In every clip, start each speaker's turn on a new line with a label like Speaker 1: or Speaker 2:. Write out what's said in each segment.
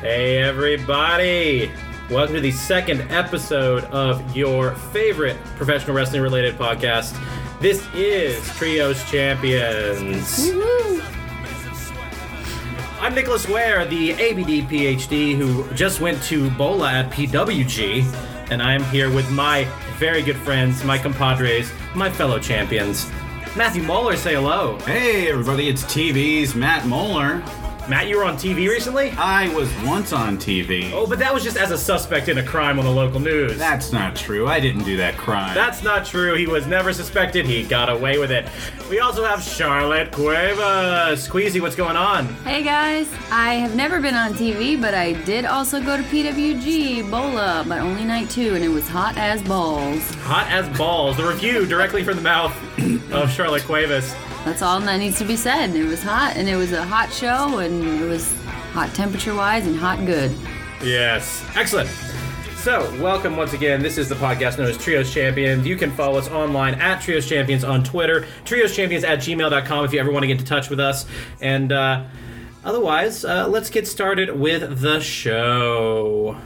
Speaker 1: Hey, everybody! Welcome to the second episode of your favorite professional wrestling related podcast. This is Trios Champions. I'm Nicholas Ware, the ABD PhD who just went to Bola at PWG, and I'm here with my very good friends, my compadres, my fellow champions. Matthew Moeller, say hello.
Speaker 2: Hey everybody, it's TV's Matt Moeller.
Speaker 1: Matt, you were on TV recently?
Speaker 2: I was once on TV.
Speaker 1: Oh, but that was just as a suspect in a crime on the local news.
Speaker 2: That's not true. I didn't do that crime.
Speaker 1: That's not true. He was never suspected. He got away with it. We also have Charlotte Cuevas. Queasy, what's going on?
Speaker 3: Hey guys, I have never been on TV, but I did also go to PWG Bola, but only night two, and it was hot as balls.
Speaker 1: Hot as balls. The review directly from the mouth of Charlotte Cuevas.
Speaker 3: That's all that needs to be said. It was hot, and it was a hot show, and it was hot temperature wise and hot good.
Speaker 1: Yes. Excellent. So, welcome once again. This is the podcast known as Trios Champions. You can follow us online at Trios Champions on Twitter, trioschampions at gmail.com if you ever want to get in touch with us. And uh, otherwise, uh, let's get started with the show.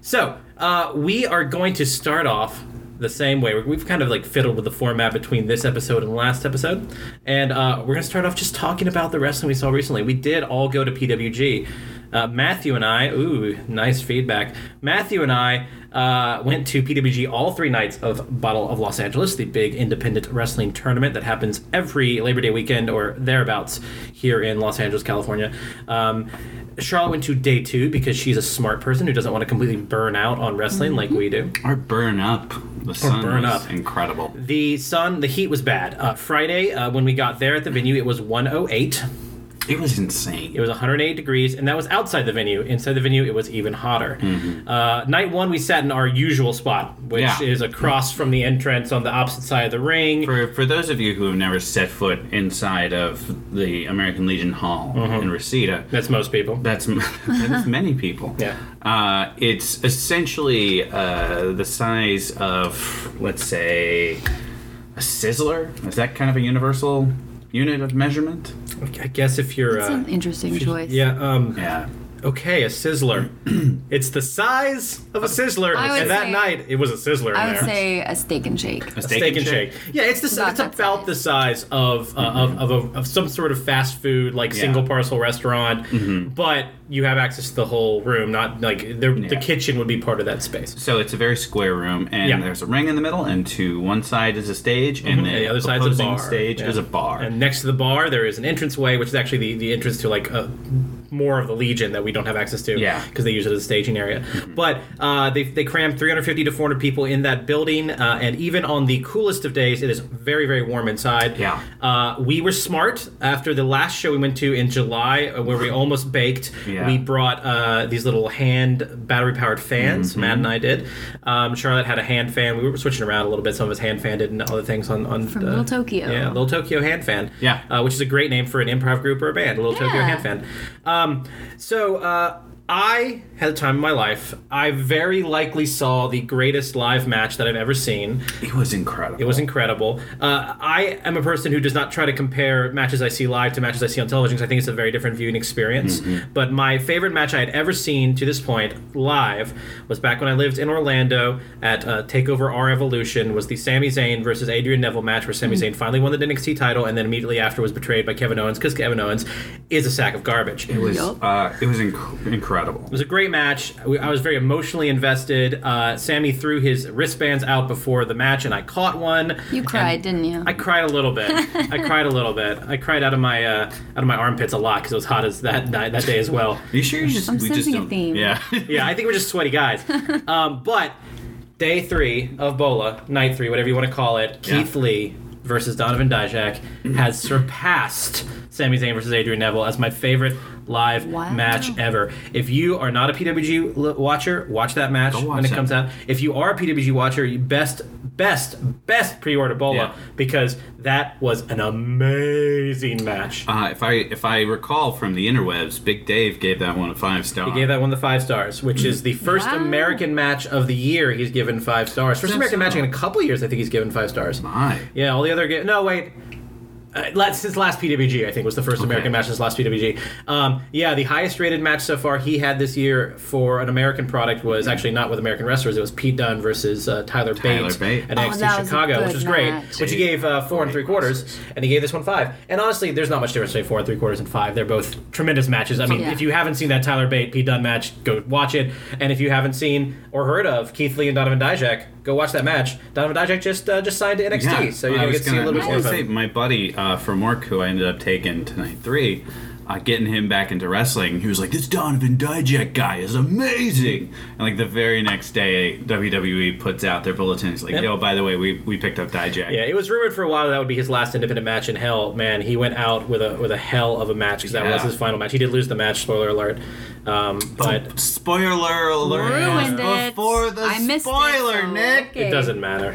Speaker 1: So, uh, we are going to start off the same way. We've kind of like fiddled with the format between this episode and the last episode. And uh, we're going to start off just talking about the wrestling we saw recently. We did all go to PWG. Uh, Matthew and I, ooh, nice feedback. Matthew and I uh, went to PWG all three nights of Battle of Los Angeles, the big independent wrestling tournament that happens every Labor Day weekend or thereabouts here in Los Angeles, California. Um, Charlotte went to day two because she's a smart person who doesn't want to completely burn out on wrestling like we do.
Speaker 2: or burn up. The sun
Speaker 1: burn
Speaker 2: was
Speaker 1: up.
Speaker 2: incredible.
Speaker 1: The sun, the heat was bad. Uh, Friday, uh, when we got there at the venue, it was 108.
Speaker 2: It was insane.
Speaker 1: It was 108 degrees, and that was outside the venue. Inside the venue, it was even hotter. Uh, night one, we sat in our usual spot, which
Speaker 2: Mm-hmm. Yeah.
Speaker 1: is across from the entrance on the opposite side of the ring.
Speaker 2: for, for those of you who have never set foot inside of the American Legion Hall
Speaker 1: Mm-hmm.
Speaker 2: in Reseda,
Speaker 1: That's most people.
Speaker 2: that's m- that's many people.
Speaker 1: Yeah.
Speaker 2: Uh, it's essentially uh, the size of, let's say, a sizzler. Is that kind of a universal unit of measurement?
Speaker 1: I guess if you're.
Speaker 3: It's
Speaker 1: Uh,
Speaker 3: an interesting choice.
Speaker 1: yeah, um,
Speaker 2: Yeah.
Speaker 1: okay, a sizzler. it's the size of a sizzler,
Speaker 3: I would
Speaker 1: and that
Speaker 3: say-
Speaker 1: night, it was a sizzler. in
Speaker 3: I would
Speaker 1: there.
Speaker 3: say a steak and shake.
Speaker 2: A
Speaker 1: steak, and shake. Yeah, it's the
Speaker 3: About
Speaker 1: it's
Speaker 3: that
Speaker 1: about
Speaker 3: size.
Speaker 1: the size of uh, of, of, a, of some sort of fast food like
Speaker 2: Yeah.
Speaker 1: single parcel restaurant, but you have access to the whole room. Not like the, the
Speaker 2: Yeah.
Speaker 1: kitchen would be part of that space.
Speaker 2: So it's a very square room, and
Speaker 1: Yeah. Mm-hmm.
Speaker 2: there's a ring in the middle, and to one side is a stage, and, the,
Speaker 1: And the other side's a
Speaker 2: opposing
Speaker 1: bar.
Speaker 2: stage
Speaker 1: Yeah.
Speaker 2: is a bar.
Speaker 1: And next to the bar, there is an entranceway, which is actually the, the entrance to like a, more of the Legion that we don't have access to.
Speaker 2: Yeah. Mm-hmm.
Speaker 1: Because they use it as a staging area. But uh, they, they crammed 350 to 400 people in that building. Uh, and even on the coolest of days, it is very, very warm inside.
Speaker 2: Yeah.
Speaker 1: Uh, we were smart. After the last show we went to in July, uh, where we almost baked,
Speaker 2: Yeah.
Speaker 1: we brought uh, these little hand battery powered fans.
Speaker 2: Mm-hmm.
Speaker 1: Matt and I did. Um, Charlotte had a hand fan. We were switching around a little bit. Some of us hand fan did and other things on. on uh,
Speaker 3: From Little Tokyo.
Speaker 1: Yeah, Little Tokyo Hand Fan.
Speaker 2: Yeah.
Speaker 1: Uh, which is a great name for an improv group or a band, Little Tokyo
Speaker 3: Yeah.
Speaker 1: Hand Fan. Um, so uh, I had a time in my life. I very likely saw the greatest live match that I've ever seen.
Speaker 2: it was incredible.
Speaker 1: It was incredible. Uh, I am a person who does not try to compare matches I see live to matches I see on television 'cause I think it's a very different viewing experience. But my favorite match I had ever seen to this point live was back when I lived in Orlando at uh, Takeover Our Evolution. Was the Sami Zayn versus Adrian Neville match where Sami Zayn finally won the NXT title and then immediately after was betrayed by Kevin Owens because Kevin Owens is a sack of garbage.
Speaker 2: It was,
Speaker 3: Yup.
Speaker 2: uh, it was inc- incredible.
Speaker 1: It was a great match. We- I was very emotionally invested. Uh, Sammy threw his wristbands out before the match, and I caught one.
Speaker 3: You cried,
Speaker 1: And
Speaker 3: didn't you?
Speaker 1: I cried a little bit. I cried a little bit. I cried out of my uh, out of my armpits a lot because it was hot as that night, that day as well.
Speaker 2: Are you sure you just?
Speaker 3: I'm
Speaker 2: we just
Speaker 3: sensing a
Speaker 2: don't-
Speaker 3: theme.
Speaker 2: Yeah.
Speaker 1: Yeah, I think we're just sweaty guys. Um, but day three of Bola, night three, whatever you want to call it,
Speaker 2: Yeah. Mm-hmm.
Speaker 1: Keith Lee versus Donovan Dijak has surpassed Sami Zayn versus Adrian Neville as my favorite live
Speaker 3: Wow.
Speaker 1: match ever. If you are not a PWG l- watcher, watch that match
Speaker 2: Go watch
Speaker 1: when it
Speaker 2: that.
Speaker 1: comes out. If you are a PWG watcher, you best best best pre-order Bola
Speaker 2: Yeah.
Speaker 1: because that was an amazing match.
Speaker 2: Uh, if I if I recall from the interwebs, Big Dave gave that one a five star.
Speaker 1: He gave that one the five stars, which is the first
Speaker 3: Wow.
Speaker 1: American match of the year he's given five stars. First
Speaker 2: That's
Speaker 1: American match
Speaker 2: cool.
Speaker 1: in a couple years, I think he's given five stars.
Speaker 2: My.
Speaker 1: Yeah, all the other ga- no wait, Uh, last, since last PWG, I think was the first American match since last PWG. Um, yeah, the highest rated match so far he had this year for an American product was actually not with American wrestlers. It was Pete Dunne versus uh, Tyler,
Speaker 2: Tyler Bate.
Speaker 1: at
Speaker 3: Oh,
Speaker 1: NXT
Speaker 3: that was a
Speaker 1: Chicago,
Speaker 3: good
Speaker 1: which was great.
Speaker 3: match.
Speaker 1: Which he gave uh, four and three quarters, and he gave this one five. And honestly, there's not much difference between four and three quarters and five. They're both tremendous matches. I mean,
Speaker 3: Yeah.
Speaker 1: if you haven't seen that Tyler Bate Pete Dunne match, go watch it. And if you haven't seen or heard of Keith Lee and Donovan Dijak, go watch that match. Donovan Dijak just uh, just signed to NXT, so you're
Speaker 2: I
Speaker 1: gonna
Speaker 2: was
Speaker 1: get to see a little bit
Speaker 2: I
Speaker 1: more.
Speaker 2: was
Speaker 1: of
Speaker 2: gonna
Speaker 1: him.
Speaker 2: say, my buddy uh, from work, who I ended up taking tonight three, uh, getting him back into wrestling. He was like, "This Donovan Dijak guy is amazing," and like the very next day, WWE puts out their bulletin. It's like,
Speaker 1: Yep.
Speaker 2: "Yo, by the way, we, we picked up Dijak."
Speaker 1: Yeah, it was rumored for a while that would be his last independent match in Hell. Man, he went out with a with a hell of a match because that was
Speaker 2: Yeah.
Speaker 1: his final match. He did lose the match. Spoiler alert. Um, but
Speaker 2: Spoiler alert!
Speaker 3: Ruined it.
Speaker 2: Before the
Speaker 3: I missed it,
Speaker 2: spoiler,
Speaker 3: so-
Speaker 2: Nick.
Speaker 1: it doesn't matter.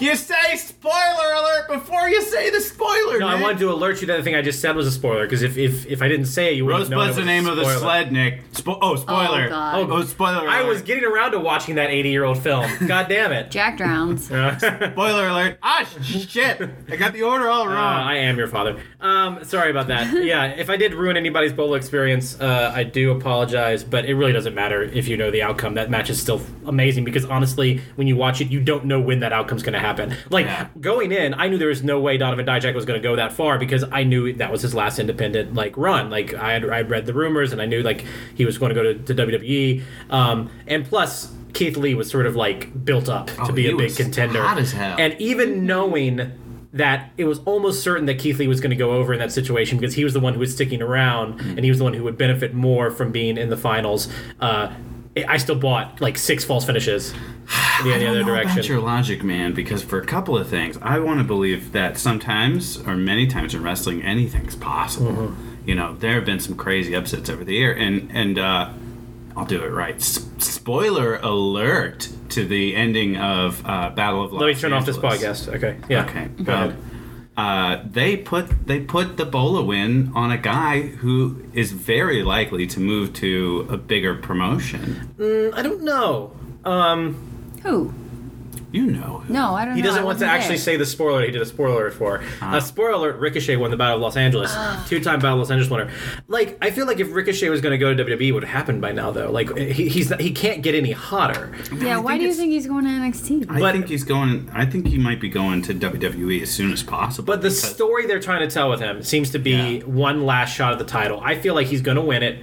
Speaker 2: You say spoiler alert before you say the spoiler.
Speaker 1: No, I
Speaker 2: Nick.
Speaker 1: wanted to alert you that the thing I just said was a spoiler because if, if if I didn't say it, you wouldn't
Speaker 2: Rosebud's
Speaker 1: know.
Speaker 2: the name of the sled, Nick. Spo- oh, spoiler!
Speaker 3: Oh, God.
Speaker 2: oh spoiler! Alert.
Speaker 1: I was getting around to watching that 80 year old film. God damn it.
Speaker 3: Jack drowns.
Speaker 2: Spoiler alert! Ah, shit! I got the order all
Speaker 1: Uh, I am your father. Um, sorry about that. Yeah, if I did ruin anybody's bolo experience, uh, I do apologize, but it really doesn't matter if you know the outcome. That match is still amazing because honestly, when you watch it, you don't know when that outcome's going to happen. Like
Speaker 2: Yeah.
Speaker 1: going in, I knew there was no way Donovan Dijak was going to go that far because I knew that was his last independent like run. Like I had I read the rumors and I knew like he was going to go to, to WWE. Um, and plus. Keith Lee was sort of like built up to
Speaker 2: Oh,
Speaker 1: be
Speaker 2: he
Speaker 1: a big
Speaker 2: was
Speaker 1: contender.
Speaker 2: hot as hell. Mm-hmm.
Speaker 1: And even knowing that it was almost certain that Keith Lee was going to go over in that situation because he was the one who was sticking around
Speaker 2: Mm-hmm.
Speaker 1: and he was the one who would benefit more from being in the finals. Uh, I- I still bought like six false finishes in the, in the other
Speaker 2: don't know
Speaker 1: direction.
Speaker 2: about your logic, man, because for a couple of things, I want to believe that sometimes, or many times in wrestling, anything's possible.
Speaker 1: Mm-hmm.
Speaker 2: You know, there have been some crazy upsets over the year, and and uh, I'll do it right. S- spoiler alert to the ending of uh, Battle of Los
Speaker 1: Let me turn off this
Speaker 2: Angeles.
Speaker 1: podcast. Okay. Yeah.
Speaker 2: Okay.
Speaker 1: Go
Speaker 2: um,
Speaker 1: ahead.
Speaker 2: Uh, they put they put the Bola win on a guy who is very likely to move to a bigger promotion.
Speaker 1: I don't know.
Speaker 3: Who?
Speaker 2: You know who.
Speaker 3: No, I don't know.
Speaker 1: He doesn't
Speaker 3: I
Speaker 1: want to
Speaker 3: wasn't
Speaker 1: actually
Speaker 3: there.
Speaker 1: say the spoiler he did a spoiler alert for.
Speaker 2: Uh-huh.
Speaker 1: Uh, spoiler alert, Ricochet won the Battle of Los Angeles. Two time Battle of Los Angeles winner. Like, I feel like if Ricochet was going to go to WWE, it would have happened by now, though. Like, he, he's, he can't get any hotter.
Speaker 3: Yeah,
Speaker 2: I
Speaker 3: why
Speaker 2: think
Speaker 3: do you
Speaker 2: it's-
Speaker 3: think he's going to NXT?
Speaker 2: I
Speaker 1: But-
Speaker 2: think he's going. I think he might be going to WWE as soon as possible.
Speaker 1: But the
Speaker 2: because-
Speaker 1: story they're trying to tell with him seems to be
Speaker 2: Yeah.
Speaker 1: one last shot at the title. I feel like he's going to win it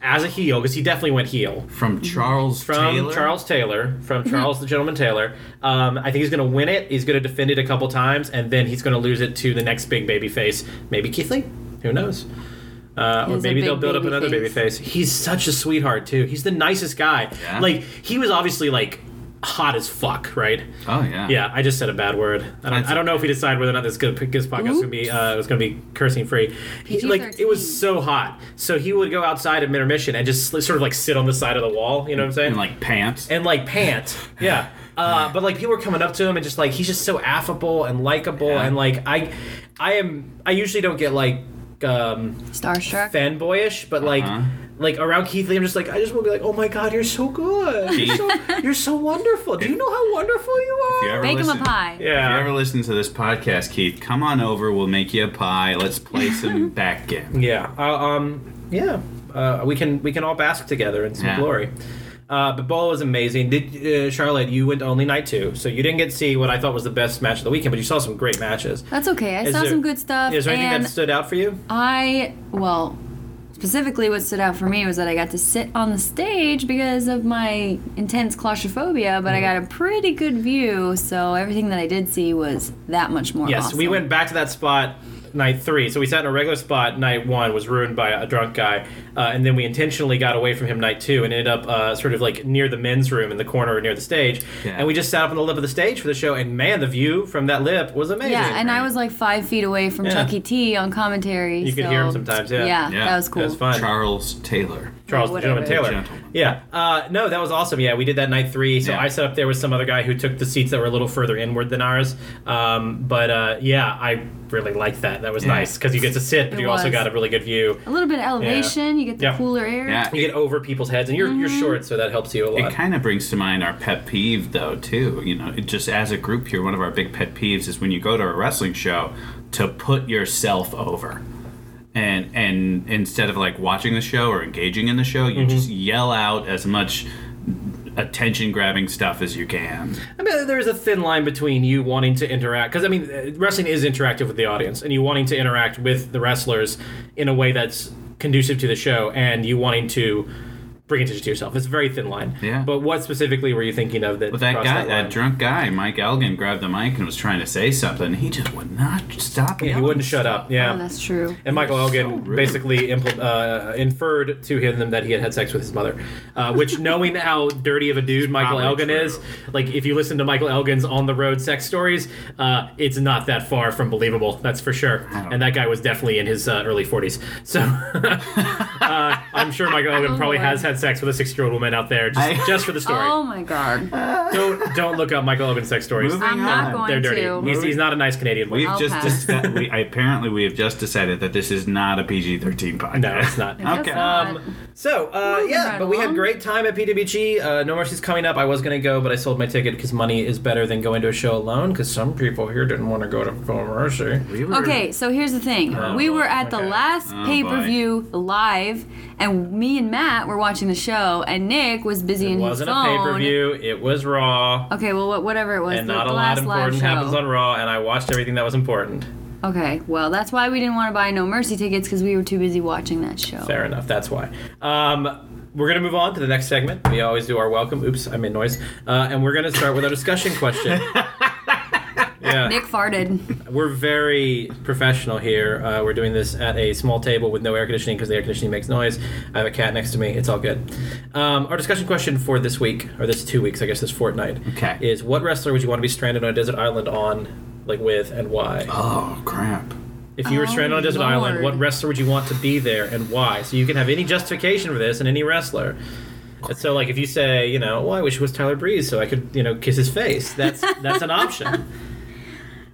Speaker 1: as a heel because he definitely went heel
Speaker 2: from Charles
Speaker 1: Mhm. from
Speaker 2: Taylor,
Speaker 1: Charles Taylor,
Speaker 3: Mm-hmm.
Speaker 1: from Charles the Gentleman Taylor. Um, I think he's going to win it. He's going to defend it a couple times, and then he's going to lose it to the next big baby face, maybe Keith Lee. Who knows? Uh, or
Speaker 3: He's a
Speaker 1: maybe
Speaker 3: big
Speaker 1: they'll build up another baby face.
Speaker 3: babyface.
Speaker 1: He's such a sweetheart too. He's the nicest guy.
Speaker 2: Yeah.
Speaker 1: Like he was obviously like hot as fuck, right?
Speaker 2: Oh yeah.
Speaker 1: Yeah, I just said a bad word. I don't,
Speaker 2: That's
Speaker 1: I don't know if we decide whether or not this, good, this podcast was gonna be uh, was gonna be cursing free. He-
Speaker 3: PG-13.
Speaker 1: like it was so hot, so he would go outside at intermission and just sort of like sit on the side of the wall. You know what I'm saying?
Speaker 2: In like pants.
Speaker 1: and like pant. Yeah. Uh, but like people were coming up to him and just like he's just so affable and likable
Speaker 2: Yeah.
Speaker 1: and like I, I am I usually don't get like um,
Speaker 3: Starstruck.
Speaker 1: fanboyish, but like
Speaker 2: Uh-huh.
Speaker 1: like around Keith Lee, I'm just like I just want to be like, oh my god, you're so good, you're so, you're so wonderful. Do you know how wonderful you
Speaker 2: If you
Speaker 1: are?
Speaker 2: ever
Speaker 3: Bake him a
Speaker 2: listen-
Speaker 3: pie.
Speaker 1: Yeah.
Speaker 2: If you ever listen to this podcast, Keith, come on over. We'll make you a pie. Let's play some backgammon.
Speaker 1: Yeah. Uh, um. Yeah. Uh, we can we can all bask together in some
Speaker 2: Yeah.
Speaker 1: glory. Uh, but Bola was amazing. Did uh, Charlotte? You went to only night two, so you didn't get to see what I thought was the best match of the weekend, but you saw some great matches.
Speaker 3: That's okay. I
Speaker 1: Is
Speaker 3: saw
Speaker 1: there-
Speaker 3: some good stuff.
Speaker 1: Is there anything
Speaker 3: and
Speaker 1: that stood out for you?
Speaker 3: I, well, specifically what stood out for me was that I got to sit on the stage because of my intense claustrophobia, but I
Speaker 1: Mm-hmm.
Speaker 3: got a pretty good view, so everything that I did see was that much more
Speaker 1: Yes, we
Speaker 3: awesome.
Speaker 1: went back to that spot night three. So we sat in a regular spot night one, was ruined by a drunk guy, uh, and then we intentionally got away from him night two and ended up uh, sort of like near the men's room in the corner or near the stage.
Speaker 2: Yeah.
Speaker 1: And we just sat up on the lip of the stage for the show, and man, the view from that lip was amazing.
Speaker 3: Yeah, and I was like five feet away from
Speaker 1: Yeah.
Speaker 3: Chuck E. T. on commentary.
Speaker 1: You could
Speaker 3: so-
Speaker 1: hear him sometimes, yeah.
Speaker 3: Yeah,
Speaker 2: Yeah.
Speaker 3: that was cool.
Speaker 1: That was fun.
Speaker 2: Charles Taylor.
Speaker 1: Charles
Speaker 3: Yeah,
Speaker 1: the
Speaker 3: whatever.
Speaker 1: Gentleman Taylor.
Speaker 2: The gentleman.
Speaker 1: Yeah. Uh, no, that was awesome. Yeah, we did that night three. So
Speaker 2: Yeah.
Speaker 1: I sat up there with some other guy who took the seats that were a little further inward than ours. Um, but uh, yeah, I really liked that. That was
Speaker 2: Yeah.
Speaker 1: nice because you get to sit, but
Speaker 3: It
Speaker 1: you also
Speaker 3: was.
Speaker 1: got a really good view.
Speaker 3: A little bit of elevation. You get the
Speaker 1: Yeah.
Speaker 3: cooler air.
Speaker 2: Yeah.
Speaker 1: You get over people's heads, and you're you're
Speaker 3: Mm-hmm.
Speaker 1: short, so that helps you a
Speaker 2: It
Speaker 1: lot.
Speaker 2: kind of brings to mind our pet peeve, though, too. You know, it just as a group here, one of our big pet peeves is when you go to a wrestling show to put yourself over. And, and instead of like watching the show or engaging in the show,
Speaker 1: Mm-hmm.
Speaker 2: you just yell out as much attention grabbing stuff as you can.
Speaker 1: I mean, there's a thin line between you wanting to interact because I mean, uh, wrestling is interactive with the audience, and you wanting to interact with the wrestlers in a way that's conducive to the show, and you wanting to bring attention to yourself. It's a very thin line.
Speaker 2: Yeah.
Speaker 1: But what specifically were you thinking of that?
Speaker 2: But that
Speaker 1: crossed
Speaker 2: guy, that,
Speaker 1: line?
Speaker 2: drunk guy, Mike Elgin, grabbed the mic and was trying to say something. He just would not stop.
Speaker 1: Yeah, he
Speaker 2: yelling.
Speaker 1: wouldn't shut up. Yeah.
Speaker 3: Oh, that's true.
Speaker 1: And Michael
Speaker 2: That's so
Speaker 1: Elgin
Speaker 2: rude.
Speaker 1: basically impl- uh, inferred to him that he had had sex with his mother, uh, which, knowing how dirty of a dude Michael
Speaker 2: probably
Speaker 1: Elgin
Speaker 2: true.
Speaker 1: is, like if you listen to Michael Elgin's on the road sex stories, uh, it's not that far from believable. That's for sure.
Speaker 2: don't-
Speaker 1: And that guy was definitely in his uh, early forties, so uh, I'm sure Michael Elgin
Speaker 3: Oh,
Speaker 1: probably
Speaker 3: Lord.
Speaker 1: has had sex with a six year old woman out there just,
Speaker 2: I-
Speaker 1: just for the story.
Speaker 3: Oh my god.
Speaker 1: Don't don't look up Michael Elgin sex stories.
Speaker 2: Moving
Speaker 3: I'm not
Speaker 2: on.
Speaker 3: going
Speaker 1: They're dirty.
Speaker 3: to.
Speaker 1: He's, he's not a nice Canadian boy.
Speaker 2: We've
Speaker 3: I'll
Speaker 2: just
Speaker 3: pass.
Speaker 2: discussed, we, apparently we have just decided that this is not a PG thirteen podcast.
Speaker 1: No, it's not.
Speaker 3: I guess
Speaker 2: Okay.
Speaker 3: not.
Speaker 1: Um, so uh,
Speaker 3: Moving
Speaker 1: yeah,
Speaker 3: right
Speaker 1: but we had
Speaker 3: along.
Speaker 1: great time at PWG. Uh, no Mercy's coming up. I was gonna go, but I sold my ticket because money is better than going to a show alone. Because some people here didn't want to go to No Mercy.
Speaker 2: We were-
Speaker 3: Okay, so here's the thing.
Speaker 1: Oh,
Speaker 3: we were at
Speaker 1: okay.
Speaker 3: the last
Speaker 2: Oh,
Speaker 3: pay per view live, and me and Matt were watching the show, and Nick was busy
Speaker 1: It
Speaker 3: in
Speaker 1: wasn't
Speaker 3: his
Speaker 1: a
Speaker 3: phone.
Speaker 1: pay per view. It was Raw,
Speaker 3: Okay, well, wha- whatever it was,
Speaker 1: and
Speaker 3: the
Speaker 1: not a lot
Speaker 3: last
Speaker 1: important
Speaker 3: live show.
Speaker 1: happens on Raw. And I watched everything that was important.
Speaker 3: Okay, well, that's why we didn't want to buy No Mercy tickets because we were too busy watching that show.
Speaker 1: Fair enough. That's why. Um, we're gonna move on to the next segment. We always do our welcome. Oops, I made noise. Uh, and we're gonna start with our discussion question. yeah.
Speaker 3: Nick farted.
Speaker 1: We're very professional here. Uh, we're doing this at a small table with no air conditioning because the air conditioning makes noise. I have a cat next to me. It's all good. Um, our discussion question for this week, or this two weeks, I guess this fortnight,
Speaker 2: Okay.
Speaker 1: is what wrestler would you want to be stranded on a desert island on, like with, and why?
Speaker 2: Oh crap!
Speaker 1: If you were
Speaker 3: Oh,
Speaker 1: stranded on a desert
Speaker 3: Lord.
Speaker 1: island, what wrestler would you want to be there and why? So you can have any justification for this and any wrestler. And so, like, if you say, you know, well, I wish it was Tyler Breeze so I could, you know, kiss his face. That's that's an option.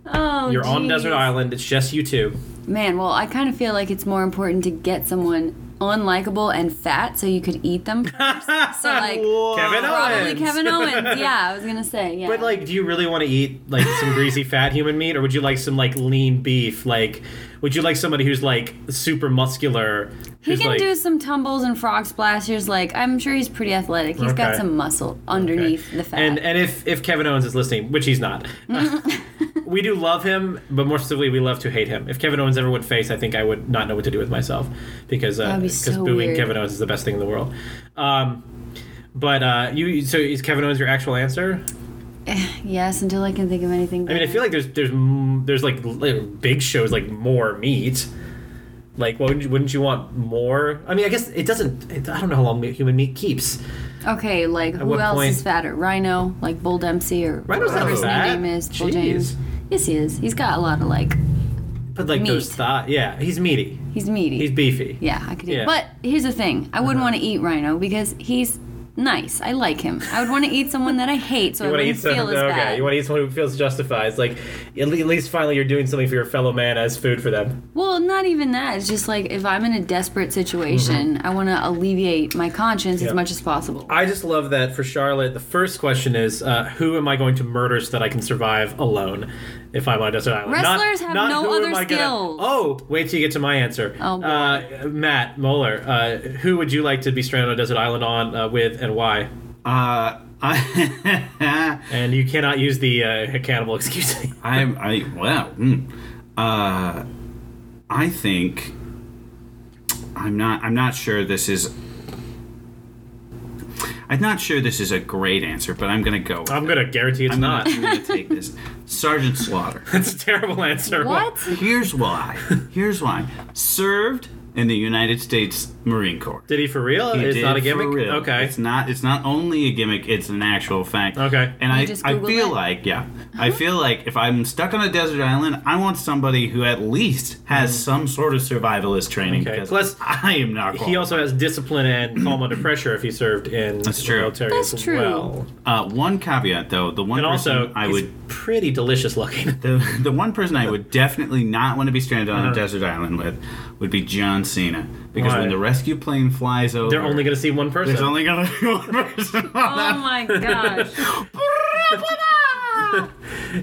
Speaker 3: Oh,
Speaker 1: You're on
Speaker 3: geez.
Speaker 1: desert island. It's just you two.
Speaker 3: Man, well, I kind of feel like it's more important to get someone unlikable and fat so you could eat them. First. So like.
Speaker 1: Kevin
Speaker 3: Probably
Speaker 1: Owens.
Speaker 3: Kevin Owens. Yeah, I was gonna say. Yeah.
Speaker 1: But like, do you really want to eat like some greasy fat human meat, or would you like some like lean beef? Like, would you like somebody who's like super muscular?
Speaker 3: he
Speaker 1: who's,
Speaker 3: can
Speaker 1: like,
Speaker 3: do some tumbles and frog splashes. Like I'm sure he's pretty athletic. He's
Speaker 1: Okay.
Speaker 3: got some muscle underneath
Speaker 1: Okay.
Speaker 3: the fat.
Speaker 1: And and if if Kevin Owens is listening, which he's not, uh, we do love him, but more specifically, we love to hate him. If Kevin Owens ever would face, I think I would not know what to do with myself because uh,
Speaker 3: That'd be
Speaker 1: because
Speaker 3: so
Speaker 1: booing
Speaker 3: weird.
Speaker 1: Kevin Owens is the best thing in the world. Um, but uh, you so is Kevin Owens your actual answer?
Speaker 3: yes, until I can think of anything.
Speaker 1: I mean, I feel like there's there's m- there's like li- big shows like more meat. Like, wouldn't you, wouldn't you want more? I mean, I guess it doesn't. It, I don't know how long human meat keeps.
Speaker 3: Okay, like who
Speaker 1: what
Speaker 3: else
Speaker 1: point-
Speaker 3: is fatter? Rhino, like Bull Dempsey or
Speaker 1: Rhino's not
Speaker 3: whatever his
Speaker 1: fat.
Speaker 3: name is. Bull
Speaker 1: Jeez.
Speaker 3: James. Yes, he is. He's got a lot of like.
Speaker 1: But like those
Speaker 3: Meat.
Speaker 1: thought, yeah, he's meaty.
Speaker 3: He's meaty.
Speaker 1: He's beefy.
Speaker 3: yeah, I could eat.
Speaker 1: Yeah. Uh-huh.
Speaker 3: But here's the thing: I wouldn't want to eat Rhino because he's nice. I like him. I would want to eat someone that I hate, so I
Speaker 1: You want to
Speaker 3: wouldn't
Speaker 1: eat some,
Speaker 3: feel as
Speaker 1: okay.
Speaker 3: bad.
Speaker 1: You want to eat someone who feels justified. It's like at le- at least finally you're doing something for your fellow man as food for them.
Speaker 3: Well, not even that. It's just like if I'm in a desperate situation, I want to alleviate my conscience
Speaker 1: Mm-hmm. Yeah.
Speaker 3: as much as possible.
Speaker 1: I just love that for Charlotte. The first question is, uh, who am I going to murder so that I can survive alone if I'm on a desert island? Not-
Speaker 3: Wrestlers have
Speaker 1: not
Speaker 3: no
Speaker 1: who am
Speaker 3: other
Speaker 1: I gonna-
Speaker 3: skills.
Speaker 1: oh, wait till you get to my answer.
Speaker 3: Oh, boy.
Speaker 1: uh, Matt Moeller, uh, who would you like to be stranded on a desert island on uh, with and why?
Speaker 2: Uh, I,
Speaker 1: And you cannot use the uh, cannibal excuse.
Speaker 2: I'm I well. Mm, uh, I think I'm not. I'm not sure this is. I'm not sure this is a great answer, but I'm gonna go. With
Speaker 1: I'm gonna guarantee it's
Speaker 2: I'm
Speaker 1: not.
Speaker 2: Gonna, I'm gonna take this. Sergeant Slaughter.
Speaker 1: That's a terrible answer.
Speaker 3: What?
Speaker 2: Here's why. Here's why. Served in the United States Marine Corps.
Speaker 1: Did he for real?
Speaker 2: He
Speaker 1: it's
Speaker 2: did
Speaker 1: not a
Speaker 2: for
Speaker 1: gimmick.
Speaker 2: real.
Speaker 1: Okay.
Speaker 2: It's not. It's not only a gimmick. It's an actual fact.
Speaker 1: Okay.
Speaker 2: And
Speaker 3: You
Speaker 2: I,
Speaker 3: just
Speaker 2: I
Speaker 3: Google
Speaker 2: feel
Speaker 3: it? Uh-huh.
Speaker 2: like yeah, I feel like if I'm stuck on a desert island, I want somebody who at least has some sort of survivalist training.
Speaker 1: Mm-hmm. Okay.
Speaker 2: Because
Speaker 1: Plus,
Speaker 2: I am not.
Speaker 1: he
Speaker 2: qualified.
Speaker 1: also has discipline and calm under pressure if he served in
Speaker 2: That's
Speaker 1: the
Speaker 2: true.
Speaker 1: military
Speaker 3: That's
Speaker 1: as
Speaker 3: true.
Speaker 1: well.
Speaker 2: uh, one caveat though. The one
Speaker 1: And
Speaker 2: person
Speaker 1: also,
Speaker 2: I
Speaker 1: he's
Speaker 2: would
Speaker 1: pretty delicious looking.
Speaker 2: the the one person I would definitely not want to be stranded on a desert island with would be John Cena because
Speaker 1: Uh-huh. Why?
Speaker 2: when the rescue plane flies over,
Speaker 1: They're only going to see one person.
Speaker 2: there's only gonna be one person on
Speaker 3: Oh
Speaker 2: that
Speaker 3: my gosh. Oh.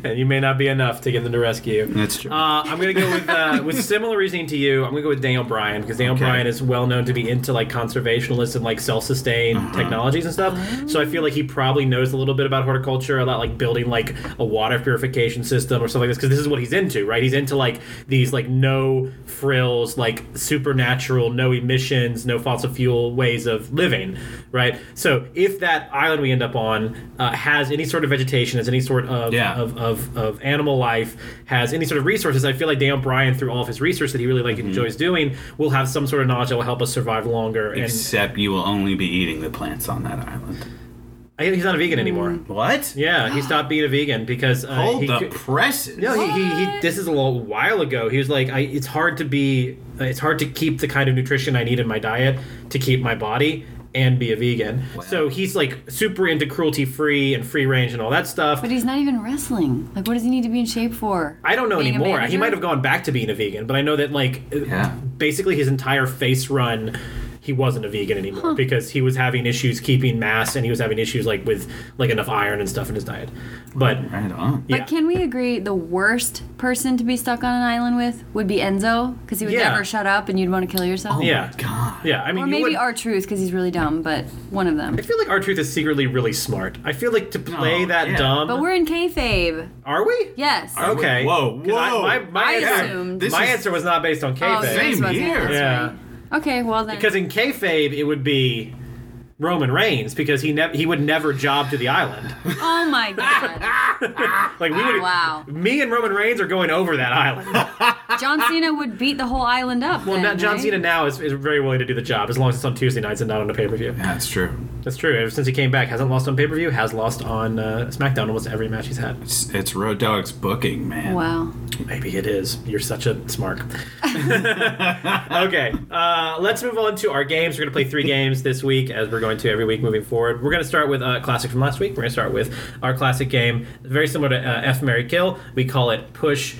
Speaker 1: and you may not be enough to get them to rescue.
Speaker 2: That's true.
Speaker 1: Uh, I'm gonna go with uh, with similar reasoning to you. I'm gonna go with Daniel Bryan because Daniel
Speaker 2: Okay.
Speaker 1: Bryan is well known to be into like conservationist and like self-sustained
Speaker 2: Uh-huh.
Speaker 1: technologies and stuff. So I feel like he probably knows a little bit about horticulture, about like building like a water purification system or something like this. Because this is what he's into, right? He's into like these like no frills, like supernatural, no emissions, no fossil fuel ways of living, right? So if that island we end up on uh, has any sort of vegetation, has any sort of
Speaker 2: Yeah.
Speaker 1: of of, of animal life has any sort of resources, I feel like Daniel Bryan, through all of his research that he really
Speaker 2: Mm-hmm.
Speaker 1: like enjoys doing, will have some sort of knowledge that will help us survive longer. And
Speaker 2: Except you will only be eating the plants on that island.
Speaker 1: I, he's not a vegan anymore.
Speaker 2: What?
Speaker 1: Yeah, he stopped being a vegan because uh,
Speaker 2: Mm. Hold
Speaker 1: he
Speaker 2: the
Speaker 1: cou-
Speaker 2: presses.
Speaker 1: No, he, he, he this is a little while ago. He was like, I, it's hard to be, uh, it's hard to keep the kind of nutrition I need in my diet to keep my body and be a vegan.
Speaker 2: Wow.
Speaker 1: So he's like super into cruelty free and free range and all that stuff.
Speaker 3: But he's not even wrestling. Like, what does he need to be in shape for?
Speaker 1: I don't know
Speaker 3: Being a
Speaker 1: anymore. He
Speaker 3: manager?
Speaker 1: might have gone back to being a vegan, but I know that like uh,
Speaker 2: Yeah.
Speaker 1: basically his entire face run he wasn't a vegan anymore because he was having issues keeping mass and he was having issues like with like enough iron and stuff in his diet. But
Speaker 2: Right on.
Speaker 1: yeah.
Speaker 3: But can we agree the worst person to be stuck on an island with would be Enzo? Because he would
Speaker 1: Yeah. Oh,
Speaker 3: never shut up and you'd want to kill yourself?
Speaker 1: yeah.
Speaker 2: Oh God.
Speaker 1: Yeah, I mean
Speaker 3: Or
Speaker 1: you
Speaker 3: maybe
Speaker 1: would-
Speaker 3: R Truth because he's really dumb, but one of them.
Speaker 1: I feel like our truth is secretly really smart. I feel like to play
Speaker 2: Oh,
Speaker 1: that
Speaker 2: yeah.
Speaker 1: dumb
Speaker 3: But we're in kayfabe.
Speaker 1: are we?
Speaker 3: Yes.
Speaker 2: Are we?
Speaker 1: Okay.
Speaker 2: Whoa,
Speaker 1: 'Cause I-
Speaker 2: whoa.
Speaker 1: my my,
Speaker 3: I
Speaker 1: answer,
Speaker 3: assumed- Oh,
Speaker 2: This
Speaker 1: my
Speaker 2: is-
Speaker 1: answer was not based on kayfabe.
Speaker 3: so
Speaker 2: Same
Speaker 3: that's what I was gonna
Speaker 2: here.
Speaker 3: ask,
Speaker 1: Yeah.
Speaker 3: right. Okay, well then.
Speaker 1: Because in kayfabe it would be Roman Reigns because he never he would never job to the island.
Speaker 3: Oh my god.
Speaker 1: Like we would.
Speaker 3: Wow.
Speaker 1: Me and Roman Reigns are going over that island.
Speaker 3: John Cena would beat the whole island up.
Speaker 1: Well,
Speaker 3: then,
Speaker 1: now John
Speaker 3: right?
Speaker 1: Cena now is, is very willing to do the job as long as it's on Tuesday nights and not on a pay per view.
Speaker 2: That's true.
Speaker 1: That's true. Ever since he came back, hasn't lost on pay per view. Has lost on uh, SmackDown almost every match he's had.
Speaker 2: It's, it's Road Dogg's booking, man.
Speaker 3: Wow.
Speaker 1: Maybe it is. You're such a smart. okay, uh, let's move on to our games. We're going to play three games this week, as we're going to every week moving forward. We're going to start with a classic from last week. We're going to start with our classic game, very similar to uh, F Mary Kill. We call it Push.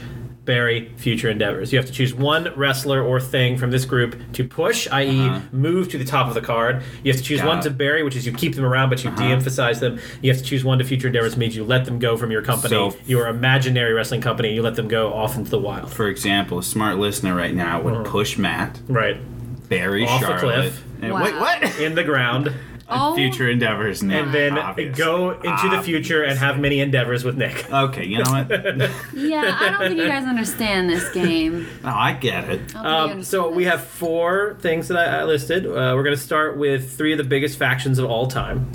Speaker 1: Bury future endeavors. You have to choose one wrestler or thing from this group to push, i.e., move to the top of the card. You have to choose
Speaker 2: Uh-huh. Got
Speaker 1: one
Speaker 2: it. Uh-huh.
Speaker 1: to bury, which is you keep them around but you de-emphasize them. You have to choose one to future endeavors, means you let them go from your company
Speaker 2: So-
Speaker 1: your imaginary wrestling company you let them go off into the wild.
Speaker 2: For example, a smart listener right now would push Matt,
Speaker 1: Right.
Speaker 2: Barry
Speaker 1: Off a
Speaker 2: Charlotte.
Speaker 1: cliff.
Speaker 2: And
Speaker 3: Wow.
Speaker 2: Wait, what?
Speaker 1: In the ground.
Speaker 3: Oh.
Speaker 2: Future endeavors. Nick.
Speaker 1: And then
Speaker 2: Ah, Obvious. Ah,
Speaker 1: go into the future and have many endeavors with Nick.
Speaker 2: Okay, you know what? no,
Speaker 3: Yeah, I don't think you guys understand this game.
Speaker 2: I get it.
Speaker 3: I don't think you
Speaker 1: Um,
Speaker 3: understand
Speaker 1: so we
Speaker 3: this.
Speaker 1: have four things that I, I listed. Uh, we're going to start with three of the biggest factions of all time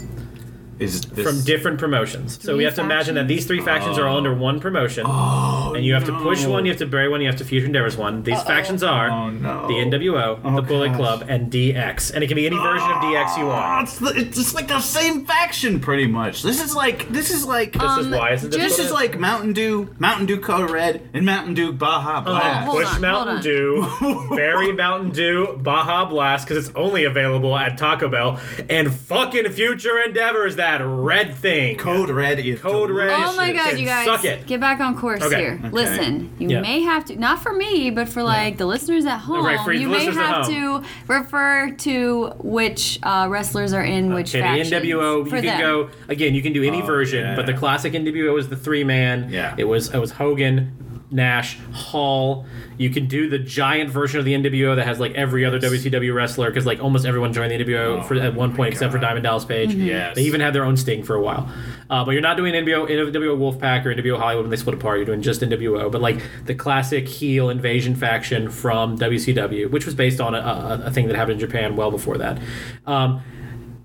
Speaker 2: Is this Oh,
Speaker 1: from different promotions. So we
Speaker 3: Three
Speaker 1: have to imagine that these three factions are all under one promotion.
Speaker 2: Oh,
Speaker 1: and you have to
Speaker 2: no.
Speaker 1: push one, you have to bury one, you have to future endeavors one. These factions are
Speaker 2: Oh, no.
Speaker 1: the NWO, the Bullet
Speaker 2: gosh.
Speaker 1: Club, and DX. And it can be any version of DX you
Speaker 2: Oh,
Speaker 1: want.
Speaker 2: it's, the, it's just like the same faction, pretty much. This is like this is like
Speaker 1: This
Speaker 3: Um,
Speaker 1: is why it's a
Speaker 3: just-
Speaker 2: this is like Mountain Dew, Mountain Dew Color Red, and Mountain Dew Baja
Speaker 1: Oh.
Speaker 2: Blast.
Speaker 3: hold
Speaker 1: Ah, Bush
Speaker 3: on,
Speaker 1: Mountain Dew, Berry Mountain Dew, Baja Blast, because it's only available at Taco Bell, and fucking Future Endeavors, that red thing.
Speaker 2: Code Red is
Speaker 1: Code Red.
Speaker 3: Oh my god, you guys.
Speaker 1: Suck it.
Speaker 3: Get back on course
Speaker 1: Okay.
Speaker 3: here.
Speaker 1: Okay.
Speaker 3: Listen, you
Speaker 1: Yeah.
Speaker 3: may have to, not for me, but for like the listeners at home,
Speaker 1: Right, for the
Speaker 3: you may
Speaker 1: listeners at
Speaker 3: have
Speaker 1: home.
Speaker 3: to refer to which uh, wrestlers are in which
Speaker 1: Okay,
Speaker 3: faction.
Speaker 1: the NWO, you
Speaker 3: for
Speaker 1: can
Speaker 3: them.
Speaker 1: go again. You can do any
Speaker 2: Oh,
Speaker 1: version,
Speaker 2: yeah.
Speaker 1: but the classic NWO was the three man.
Speaker 2: Yeah.
Speaker 1: it was it was Hogan, Nash, Hall. You can do the giant version of the NWO that has like every other WCW wrestler because like almost everyone joined the NWO
Speaker 2: Oh,
Speaker 1: for, at one point except for
Speaker 2: God.
Speaker 1: Diamond Dallas Page.
Speaker 2: Yes.
Speaker 1: they even had their own Sting for a while. Uh, but you're not doing NWO, NWO Wolfpack or NWO Hollywood when they split apart. You're doing just NWO, but like the classic heel invasion faction from WCW, which was based on a, a, a thing that happened in Japan well before that. Um,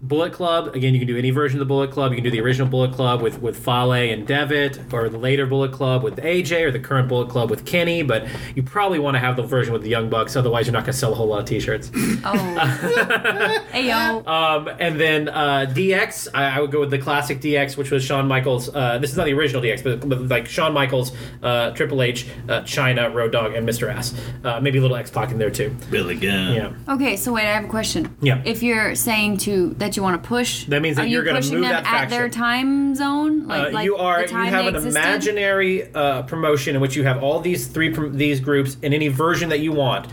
Speaker 1: Bullet Club. Again, you can do any version of the Bullet Club. You can do the original Bullet Club with with Fale and Devitt, or the later Bullet Club with AJ, or the current Bullet Club with Kenny. But you probably want to have the version with the Young Bucks, otherwise you're not going to sell a whole lot of T-shirts.
Speaker 3: Oh. hey, yo.
Speaker 1: Um, and then uh, DX, I, I would go with the classic DX, which was Shawn Michaels. Uh, this is not the original DX, but, but like Shawn Michaels, uh, Triple H, uh, China, Road Dog, and Mr. Ass. Uh, maybe a little X Pac in there too.
Speaker 2: Billy Gunn.
Speaker 1: Yeah.
Speaker 3: Okay, so wait, I have a question.
Speaker 1: Yeah.
Speaker 3: If you're saying to that you want to push,
Speaker 1: That means that
Speaker 3: are you
Speaker 1: you're gonna
Speaker 3: pushing
Speaker 1: move
Speaker 3: them
Speaker 1: that
Speaker 3: at their
Speaker 1: faction.
Speaker 3: time zone? Like,
Speaker 1: Uh,
Speaker 3: like
Speaker 1: you are
Speaker 3: The
Speaker 1: you
Speaker 3: time
Speaker 1: have
Speaker 3: they
Speaker 1: an
Speaker 3: existed?
Speaker 1: imaginary uh, promotion in which you have all these three prom- these groups in any version that you want,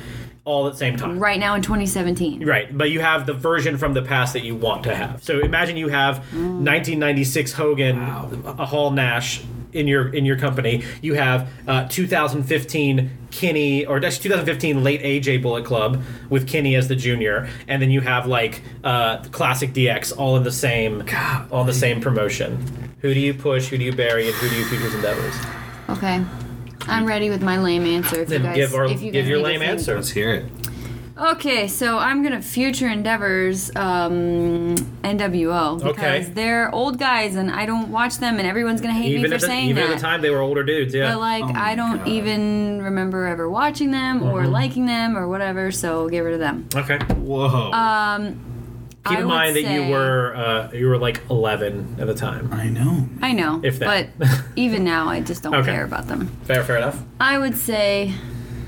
Speaker 1: all at the same time.
Speaker 3: right now in 2017.
Speaker 1: Right, but you have the version from the past that you want to have. So imagine you have
Speaker 3: Mm.
Speaker 1: 1996 Hogan, a Hall Nash in your in your company. You have uh, 2015 Kenny, or actually 2015 late AJ Bullet Club with Kenny as the junior, and then you have like uh, classic DX all in the same on the same promotion. Who do you push? Who do you bury? And who do you futures and devils?
Speaker 3: Okay. I'm ready with my lame answer. If
Speaker 1: Then
Speaker 3: you guys,
Speaker 1: give our
Speaker 3: if you
Speaker 1: give
Speaker 3: guys
Speaker 1: your
Speaker 3: need to
Speaker 1: lame
Speaker 3: think.
Speaker 1: answer.
Speaker 2: Let's hear it.
Speaker 3: Okay, so I'm gonna future endeavors um, NWO because
Speaker 1: Okay.
Speaker 3: they're old guys and I don't watch them and everyone's gonna hate
Speaker 1: Even
Speaker 3: me
Speaker 1: at
Speaker 3: for
Speaker 1: the,
Speaker 3: saying
Speaker 1: even
Speaker 3: that.
Speaker 1: at the time they were older dudes. Yeah.
Speaker 3: But like
Speaker 2: Oh my
Speaker 3: I don't
Speaker 2: God.
Speaker 3: even remember ever watching them or
Speaker 1: Mm-hmm.
Speaker 3: liking them or whatever, so get rid of them.
Speaker 1: okay.
Speaker 2: Whoa.
Speaker 3: Um,
Speaker 1: Keep
Speaker 3: I
Speaker 1: in
Speaker 3: would
Speaker 1: mind that you
Speaker 3: say-
Speaker 1: were uh, you were like 11 at the time.
Speaker 2: I know.
Speaker 3: I know,
Speaker 1: If that.
Speaker 3: but even now I just don't
Speaker 1: Okay.
Speaker 3: care about them.
Speaker 1: Fair, fair enough.
Speaker 3: I would say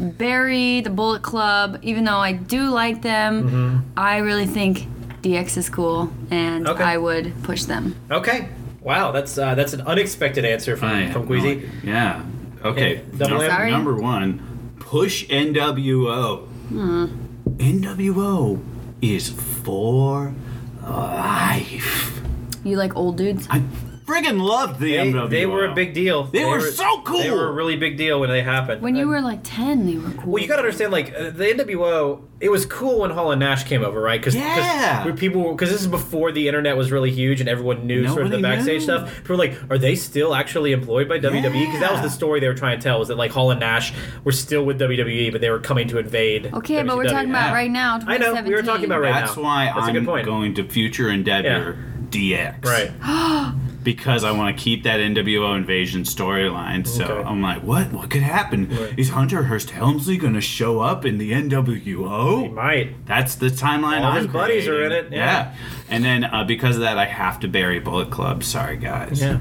Speaker 3: Barry, the Bullet Club, even though I do like them,
Speaker 1: Mm-hmm.
Speaker 3: I really think DX is cool and
Speaker 1: Okay.
Speaker 3: I would push them.
Speaker 1: Okay. Wow, that's uh, that's an unexpected answer from
Speaker 2: I
Speaker 1: from
Speaker 2: have no
Speaker 1: Queasy.
Speaker 2: idea. yeah. Okay.
Speaker 1: Yeah, double
Speaker 2: num-
Speaker 1: M.
Speaker 3: Sorry.
Speaker 2: Number one, push NWO.
Speaker 1: Hmm.
Speaker 2: NWO is for life.
Speaker 3: You like old dudes?
Speaker 2: I friggin' love the
Speaker 1: They,
Speaker 2: NWO.
Speaker 1: they were a big deal.
Speaker 2: They were so cool.
Speaker 1: They were a really big deal when they happened.
Speaker 3: When you
Speaker 1: Uh,
Speaker 3: were like 10, they were cool.
Speaker 1: well, you gotta understand, like uh, the NWO. It was cool when Hall and Nash came over, right? Because
Speaker 2: Yeah.
Speaker 1: people, because this is before the internet was really huge and everyone knew sort of the
Speaker 2: Nobody
Speaker 1: backstage
Speaker 2: knew.
Speaker 1: stuff. People were like, "Are they still actually employed by WWE?" Because that was the
Speaker 2: Yeah.
Speaker 1: story they were trying to tell was that like Hall and Nash were still with WWE, but they were coming to invade. E.
Speaker 3: Okay, but we're
Speaker 1: WCW.
Speaker 3: talking about
Speaker 2: yeah.
Speaker 3: right now.
Speaker 1: I know, we were talking about right
Speaker 2: That's
Speaker 1: now.
Speaker 2: why
Speaker 1: That's a
Speaker 2: I'm
Speaker 1: good point.
Speaker 2: going to future endeavor DX.
Speaker 1: Right.
Speaker 2: because I want to keep that NWO invasion storyline. So
Speaker 1: Okay.
Speaker 2: I'm like, what? What could happen?
Speaker 1: Right.
Speaker 2: Is Hunter Hearst Helmsley going to show up in
Speaker 1: He
Speaker 2: the NWO?
Speaker 1: might.
Speaker 2: That's the timeline.
Speaker 1: All
Speaker 2: I'm
Speaker 1: his buddies are in
Speaker 2: creating.
Speaker 1: it, yeah.
Speaker 2: And then uh, because of that, I have to bury Bullet Club. Sorry, guys.
Speaker 1: Yeah.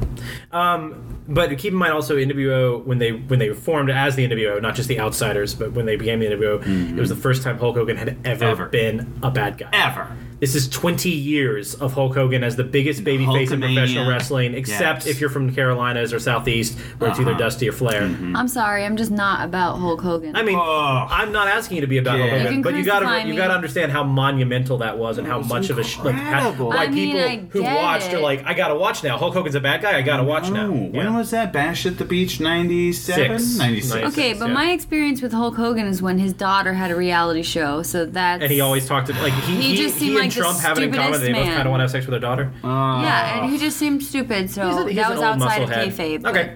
Speaker 1: Um, but keep in mind also NWO when they when they formed as the NWO, not just the Outsiders, but when they became the NWO, it was the first time Hulk Hogan had ever,
Speaker 2: Mm-hmm. Ever.
Speaker 1: been a bad guy.
Speaker 2: Ever.
Speaker 1: This is 20 years of Hulk Hogan as the biggest babyface in
Speaker 2: Hulkamania.
Speaker 1: professional wrestling, except
Speaker 2: Yes.
Speaker 1: if you're from Carolinas or Southeast, where it's either
Speaker 2: Uh-huh.
Speaker 1: Dusty or Flair.
Speaker 3: I'm sorry, I'm just not about Hulk Hogan.
Speaker 1: I mean,
Speaker 2: Oh.
Speaker 1: I'm not asking you to be about
Speaker 2: Yeah.
Speaker 1: Hulk
Speaker 2: You
Speaker 1: Hogan,
Speaker 3: can
Speaker 1: but you gotta
Speaker 3: crucify
Speaker 1: you
Speaker 3: me.
Speaker 1: gotta understand how monumental that was and how much of a sh- like, how-
Speaker 2: incredible.
Speaker 1: like
Speaker 3: I mean,
Speaker 1: people
Speaker 3: I
Speaker 1: who
Speaker 3: get
Speaker 1: watched are
Speaker 3: it.
Speaker 1: like, I gotta watch now. Hulk Hogan's a bad guy. I gotta watch now.
Speaker 2: Oh, when
Speaker 1: Yeah.
Speaker 2: was that? Bash at the Beach 97?
Speaker 1: Six.
Speaker 2: 96.
Speaker 1: Nice.
Speaker 3: okay, but
Speaker 1: yeah.
Speaker 3: my experience with Hulk Hogan is when his daughter had a reality show, so that's.
Speaker 1: and he always talked to like he,
Speaker 3: He
Speaker 1: he,
Speaker 3: just
Speaker 1: he
Speaker 3: seemed
Speaker 1: and
Speaker 3: like the
Speaker 1: Trump have it in common. that They
Speaker 3: stupidest
Speaker 1: both kind of
Speaker 3: man.
Speaker 1: want to have sex with their daughter.
Speaker 2: Oh.
Speaker 3: Yeah, and he just seemed stupid, so
Speaker 1: He's a- he's
Speaker 3: that
Speaker 1: an
Speaker 3: was
Speaker 1: old
Speaker 3: outside of
Speaker 1: musclehead.
Speaker 3: kayfabe. but-
Speaker 1: Okay.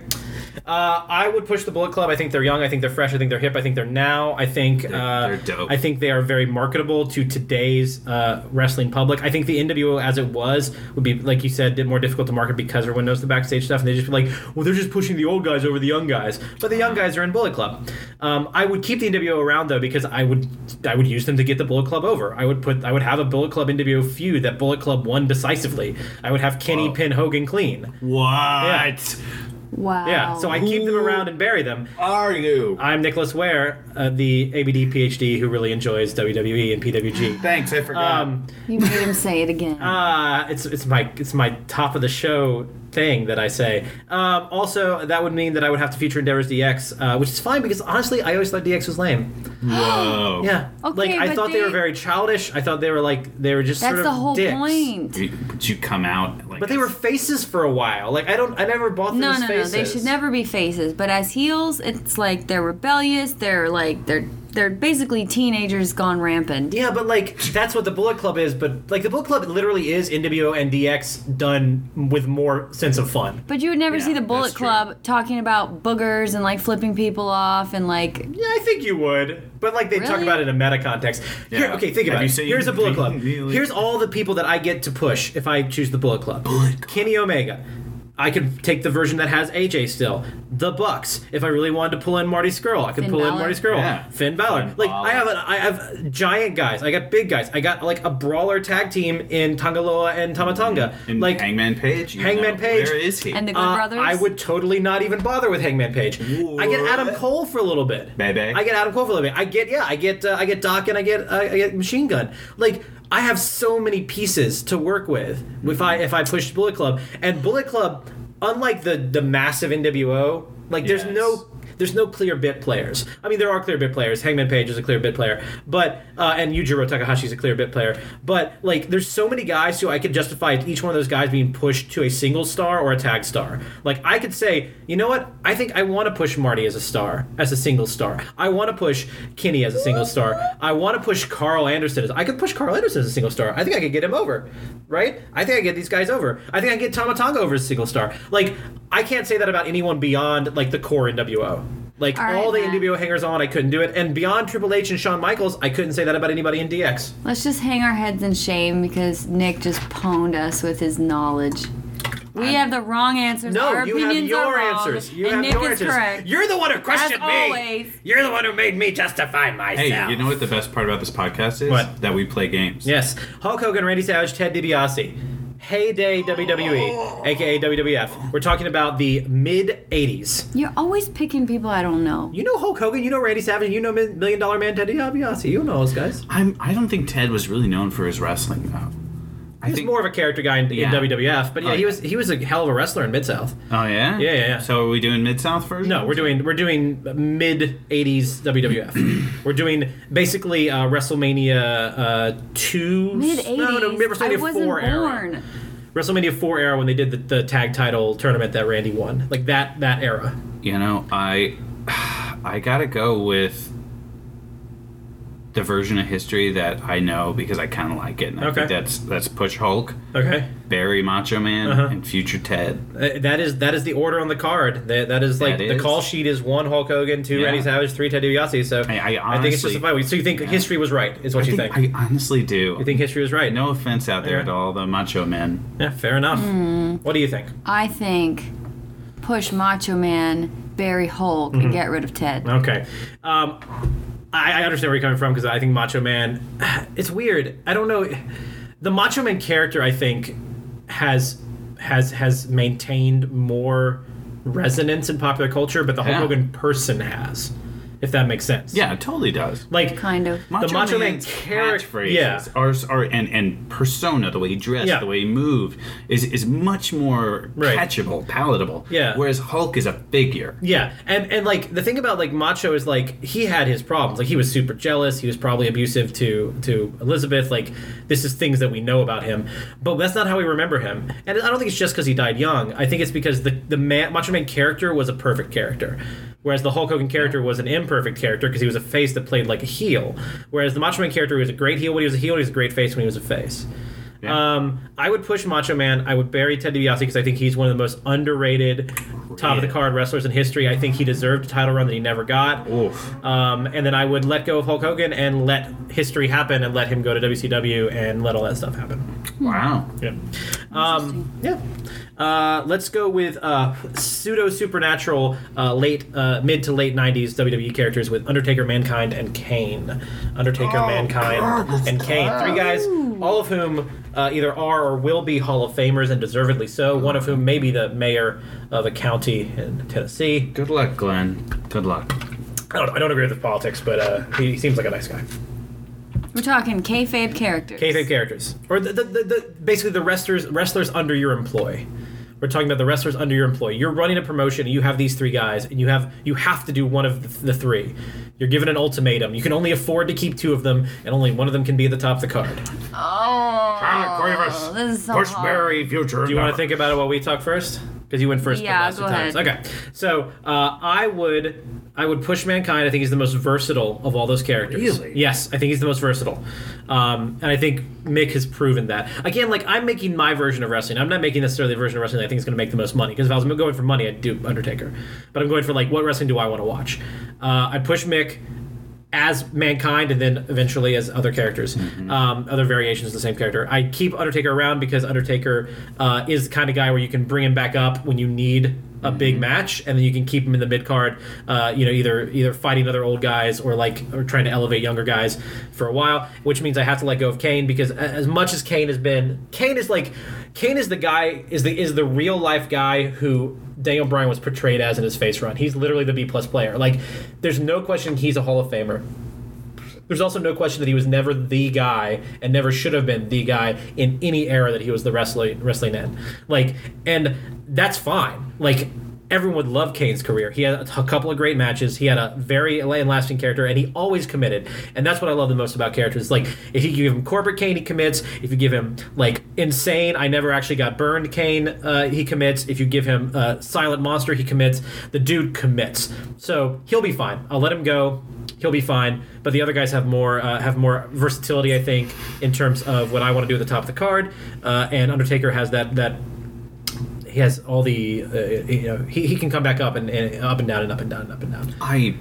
Speaker 1: Uh, I would push the Bullet Club. I think they're young. I think they're fresh. I think they're hip. I think they're now. I think uh,
Speaker 2: they're dope.
Speaker 1: I think they are very marketable to today's uh, wrestling public. I think the NWO, as it was, would be like you said, more difficult to market because everyone knows the backstage stuff, and they just be like, well, they're just pushing the old guys over the young guys. But the young guys are in Bullet Club. Um, I would keep the NWO around though because I would I would use them to get the Bullet Club over. I would put I would have a Bullet Club NWO feud that Bullet Club won decisively. I would have Kenny
Speaker 2: Wow.
Speaker 1: pin Hogan clean.
Speaker 2: What
Speaker 3: Wow.
Speaker 1: Yeah, so I keep them around and bury them.
Speaker 2: are you?
Speaker 1: I'm Nicholas Ware, uh, the ABD PhD who really enjoys WWE and PWG.
Speaker 2: Thanks, I forgot.
Speaker 1: Um,
Speaker 3: You made him say it again.
Speaker 1: uh, it's it's my it's my top of the show thing that I say. Um, also, that would mean that I would have to feature Endeavors DX, uh, which is fine because honestly, I always thought DX was lame.
Speaker 2: Whoa.
Speaker 1: Um, Yeah,
Speaker 3: Okay,
Speaker 1: like I
Speaker 3: but
Speaker 1: thought they, were
Speaker 3: they-
Speaker 1: very childish. I thought they were like they were just
Speaker 3: That's
Speaker 1: sort of
Speaker 3: the whole
Speaker 1: dicks.
Speaker 3: point.
Speaker 2: You- But you come out like
Speaker 1: But they were faces for a while. Like I don't, I never bought them
Speaker 3: No,
Speaker 1: as
Speaker 3: no, no.
Speaker 1: faces.
Speaker 3: They should never be faces. But as heels, it's like they're rebellious. They're like they're they're basically teenagers gone rampant.
Speaker 1: Yeah, but like that's what the Bullet Club is. But like the Bullet Club literally is NWO and DX done with more sense of fun.
Speaker 3: But you would never
Speaker 2: Yeah,
Speaker 3: see the Bullet
Speaker 2: that's true.
Speaker 3: Club talking about boogers and like flipping people off and like
Speaker 1: Yeah, I think you would. But like they talk
Speaker 3: Really?
Speaker 1: about it in a meta context. Here-
Speaker 2: Yeah.
Speaker 1: okay, think
Speaker 2: Have
Speaker 1: about
Speaker 2: you
Speaker 1: it.
Speaker 2: seen
Speaker 1: Here's a Bullet Club.
Speaker 2: Really?
Speaker 1: Here's all the people that I get to push if I choose the Bullet Club. Kenny Omega. I could take the version that has AJ still. The Bucks. If I really wanted to pull in Marty Skrull, I could
Speaker 3: Finn
Speaker 1: pull in
Speaker 3: Balor.
Speaker 1: Marty Skrull.
Speaker 2: Yeah.
Speaker 1: Finn Balor.
Speaker 2: Finn
Speaker 1: like
Speaker 2: Balor.
Speaker 1: I have, an, I have giant guys. I got big guys. I got like a brawler tag team in Tangaloa and Tamatanga.
Speaker 2: And
Speaker 1: like
Speaker 2: Hangman Page. you
Speaker 1: Hangman
Speaker 2: know,
Speaker 1: Page.
Speaker 2: Where is he?
Speaker 3: and the Good
Speaker 1: uh,
Speaker 3: Brothers.
Speaker 1: I would totally not even bother with Hangman Page. I get Adam
Speaker 2: What?
Speaker 1: Cole for a little bit.
Speaker 2: Bebe.
Speaker 1: I get Adam Cole for a little bit. I get yeah. I get uh, I get Doc and I get uh, I get Machine Gun. Like I have so many pieces to work with if I if I push Bullet Club and Bullet Club, unlike the the massive NWO, like there's
Speaker 2: Yes.
Speaker 1: no. There's no clear bit players. I mean, there are clear bit players. Hangman Page is a clear bit player, but uh, and Yujiro Takahashi is a clear bit player. But like, there's so many guys who I could justify each one of those guys being pushed to a single star or a tag star. Like, I could say, you know what? I think I want to push Marty as a star, as a single star. I want to push Kenny as a single star. I want to push Carl Anderson. As, I could push Carl Anderson as a single star. I think I could get him over, right? I think I get these guys over. I think I get Tomatonga over as a single star. Like, I can't say that about anyone beyond like the core NWO. Like
Speaker 3: All right,
Speaker 1: all the
Speaker 3: Matt.
Speaker 1: NWO hangers on, I couldn't do it. And beyond Triple H and Shawn Michaels, I couldn't say that about anybody in DX.
Speaker 3: Let's just hang our heads in shame because Nick just pwned us with his knowledge. We have the wrong answers.
Speaker 1: No,
Speaker 3: our
Speaker 1: you have
Speaker 3: opinions are
Speaker 1: your
Speaker 3: wrong,
Speaker 1: answers. You
Speaker 3: and
Speaker 1: have
Speaker 3: Nick
Speaker 1: your
Speaker 3: is
Speaker 1: answers.
Speaker 3: correct.
Speaker 1: You're the one who questioned
Speaker 3: As
Speaker 1: me.
Speaker 3: always.
Speaker 1: You're the one who made me justify myself.
Speaker 2: Hey, you know what the best part about this podcast is?
Speaker 1: What?
Speaker 2: That we play games.
Speaker 1: Yes, Hulk Hogan, Randy Savage, Ted DiBiase, heyday E, WWE, aka WWF. We're talking about the mid '80s.
Speaker 3: You're always picking people I don't know.
Speaker 1: You know Hulk Hogan, you know Randy Savage, you know Mi- Million Dollar Man Ted DiBiase. You know those guys.
Speaker 2: I'm, I don't think Ted was really known for his wrestling, though. I
Speaker 1: He was
Speaker 2: think,
Speaker 1: more of a character guy in,
Speaker 2: Yeah.
Speaker 1: in WWF, but yeah,
Speaker 2: Oh,
Speaker 1: he
Speaker 2: yeah.
Speaker 1: was he was a hell of a wrestler in Mid South.
Speaker 2: Oh, yeah?
Speaker 1: Yeah, yeah, yeah.
Speaker 2: So are we doing Mid South version?
Speaker 1: No, we're doing we're doing mid '80s WWF. we're doing basically uh, WrestleMania uh, two.
Speaker 3: Mid 80s.
Speaker 1: No, no, mid- WrestleMania
Speaker 3: I wasn't
Speaker 1: four
Speaker 3: born.
Speaker 1: era. WrestleMania four era when they did the, the tag title tournament that Randy won, like that that era.
Speaker 2: You know, I I gotta go with the version of history that I know because I kind of like it. And I
Speaker 1: Okay.
Speaker 2: think that's that's Push Hulk,
Speaker 1: Okay,
Speaker 2: Barry Macho Man,
Speaker 1: Uh-huh.
Speaker 2: and Future Ted.
Speaker 1: Uh, that is that is the order on the card. That, that is like
Speaker 2: That
Speaker 1: the
Speaker 2: is.
Speaker 1: call sheet is one Hulk Hogan, two
Speaker 2: Yeah.
Speaker 1: Randy Savage, three Ted DiBiase. So
Speaker 2: I- I
Speaker 1: think it's
Speaker 2: honestly-
Speaker 1: just a fight. So you think history was right? Is what
Speaker 2: I
Speaker 1: you
Speaker 2: think,
Speaker 1: think?
Speaker 2: I honestly do.
Speaker 1: you think history was right?
Speaker 2: no offense out there
Speaker 1: Yeah.
Speaker 2: to all the Macho Men.
Speaker 1: Yeah, fair enough. What do you think?
Speaker 3: I think push Macho Man, Barry Hulk,
Speaker 1: Mm-hmm.
Speaker 3: and get rid of Ted.
Speaker 1: Okay. Um, I, I understand where you're coming from because I think Macho Man. It's weird. I don't know. The Macho Man character, I think, has has has maintained more resonance in popular culture, but the Hulk
Speaker 2: Yeah.
Speaker 1: Hogan person has, if that makes sense.
Speaker 2: Yeah, it totally does.
Speaker 1: Like
Speaker 3: Kind of.
Speaker 1: The Macho Man charac-
Speaker 2: catchphrases
Speaker 1: yeah.
Speaker 2: are, are and, and persona, the way he dressed,
Speaker 1: Yeah.
Speaker 2: the way he moved, is is much more
Speaker 1: Right.
Speaker 2: catchable, palatable.
Speaker 1: Yeah.
Speaker 2: Whereas Hulk is a figure.
Speaker 1: Yeah, and and like the thing about like Macho is like he had his problems. Like he was super jealous. He was probably abusive to to Elizabeth. Like this is things that we know about him, but that's not how we remember him. And I don't think it's just because he died young. I think it's because the the man, Macho Man character was a perfect character. Whereas the Hulk Hogan character was an imperfect character because he was a face that played like a heel. Whereas the Macho Man character was a great heel when he was a heel, he was a great face when he was a face.
Speaker 2: Yeah.
Speaker 1: Um, I would push Macho Man. I would bury Ted DiBiase because I think he's one of the most underrated, top of the card wrestlers in history. I think he deserved a title run that he never got.
Speaker 2: Oof.
Speaker 1: Um, and then I would let go of Hulk Hogan and let history happen and let him go to WCW and let all that stuff happen.
Speaker 2: Wow.
Speaker 1: Yeah. Um, yeah. Uh, let's go with uh, pseudo supernatural uh, late uh, mid to late 90s WWE E characters with Undertaker, Mankind, and Kane. Undertaker, Mankind, and Kane. Three guys, all of whom uh, either are or will be Hall of Famers and deservedly so, one of whom may be the mayor of a county in Tennessee.
Speaker 2: Good luck, Glenn. Good luck.
Speaker 1: I don't, I don't agree with his politics, but uh, he seems like a nice guy.
Speaker 3: We're talking kayfabe characters.
Speaker 1: Kayfabe characters, or the, the, the, the basically the wrestlers wrestlers under your employ. We're talking about the wrestlers under your employ. You're running a promotion, and you have these three guys, and you have you have to do one of the, the three. You're given an ultimatum. You can only afford to keep two of them, and only one of them can be at the top of the card.
Speaker 3: Oh, this is so hard.
Speaker 2: Future.
Speaker 1: Do you want to think about it while we talk first? Because you went first. but
Speaker 3: Yeah,
Speaker 1: last
Speaker 3: go
Speaker 1: two times.
Speaker 3: ahead.
Speaker 1: Okay. So uh, I would I would push Mankind. I think he's the most versatile of all those characters.
Speaker 2: Really?
Speaker 1: Yes, I think he's the most versatile. Um, and I think Mick has proven that. Again, like, I'm making my version of wrestling. I'm not making necessarily the version of wrestling that I think is going to make the most money. Because if I was going for money, I'd do Undertaker. But I'm going for, like, what wrestling do I want to watch? Uh, I'd push Mick as mankind and then eventually as other characters um, other variations of the same character i keep undertaker around because undertaker uh, is the kind of guy where you can bring him back up when you need a big match and then you can keep him in the mid card uh, you know either either fighting other old guys or like or trying to elevate younger guys for a while which means i have to let go of kane because a- as much as kane has been kane is like kane is the guy is the is the real life guy who Daniel Bryan was portrayed as in his face run. He's literally the B plus player. Like, there's no question he's a Hall of Famer. There's also no question that he was never the guy and never should have been the guy in any era that he was the wrestling wrestling in. Like, and that's fine. Like, everyone loved Kane's career. He had a t- couple of great matches. He had a very lasting character, and he always committed. And that's what I love the most about characters. Like, if you give him corporate Kane, he commits. If you give him like insane, I never actually got burned Kane, uh, he commits. If you give him uh, silent monster, he commits. The dude commits. So he'll be fine. I'll let him go he'll be fine. But the other guys have more uh, have more versatility, I think, in terms of what I want to do at the top of the card. Uh, and Undertaker has that that he has all the uh, you know he, he can come back up and, and up and down and up and down and up and down.
Speaker 2: I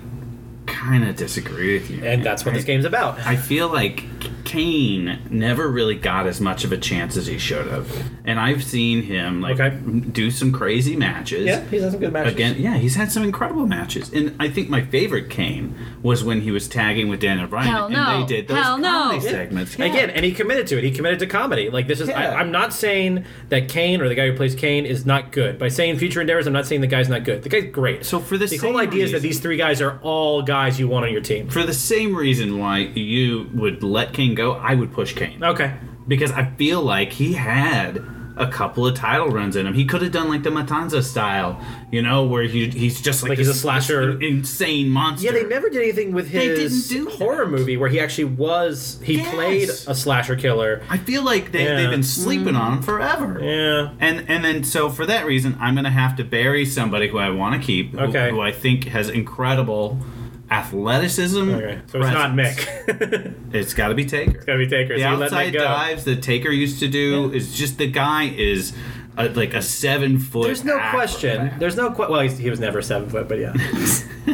Speaker 2: kind of disagree with you. man.
Speaker 1: And that's what this
Speaker 2: I-
Speaker 1: game's about.
Speaker 2: I feel like Kane never really got as much of a chance as he should have, and I've seen him like
Speaker 1: Okay.
Speaker 2: do some crazy matches.
Speaker 1: Yeah, he's had some good matches.
Speaker 2: Again, yeah, he's had some incredible matches, and I think my favorite Kane was when he was tagging with Daniel Bryan,
Speaker 3: Hell
Speaker 2: and
Speaker 3: no.
Speaker 2: they did those
Speaker 3: Hell no.
Speaker 2: comedy
Speaker 3: Yeah.
Speaker 2: segments.
Speaker 1: Again, and he committed to it. He committed to comedy. Like this is,
Speaker 2: Yeah.
Speaker 1: I, I'm not saying that Kane or the guy who plays Kane is not good. By saying future endeavors, I'm not saying the guy's not good. The guy's great.
Speaker 2: So for the
Speaker 1: the whole
Speaker 2: same
Speaker 1: idea is that
Speaker 2: reason-
Speaker 1: these three guys are all guys you want on your team.
Speaker 2: for the same reason why you would let Kane go, I would push Kane.
Speaker 1: Okay,
Speaker 2: because I feel like he had a couple of title runs in him. He could have done like the Matanza style, you know, where he he's just like,
Speaker 1: Like he's
Speaker 2: this-
Speaker 1: a slasher.
Speaker 2: this insane monster.
Speaker 1: Yeah, they never did anything with
Speaker 2: They didn't
Speaker 1: his
Speaker 2: do
Speaker 1: horror
Speaker 2: that.
Speaker 1: movie where he actually was he
Speaker 2: Yes.
Speaker 1: played a slasher killer.
Speaker 2: I feel like they
Speaker 1: Yeah.
Speaker 2: they've been sleeping on him forever.
Speaker 1: Yeah.
Speaker 2: And and then so for that reason, I'm gonna have to bury somebody who I want to keep, who-
Speaker 1: Okay.
Speaker 2: who, I think has incredible athleticism.
Speaker 1: Okay. So it's not
Speaker 2: presence.
Speaker 1: Mick. it's
Speaker 2: It's got to be Taker.
Speaker 1: gotta be Taker.
Speaker 2: the
Speaker 1: so you let
Speaker 2: outside
Speaker 1: that go.
Speaker 2: dives that Taker used to do is just the guy is uh like a seven foot.
Speaker 1: There's no question. There's no que- well, he's, he was never seven foot, but yeah,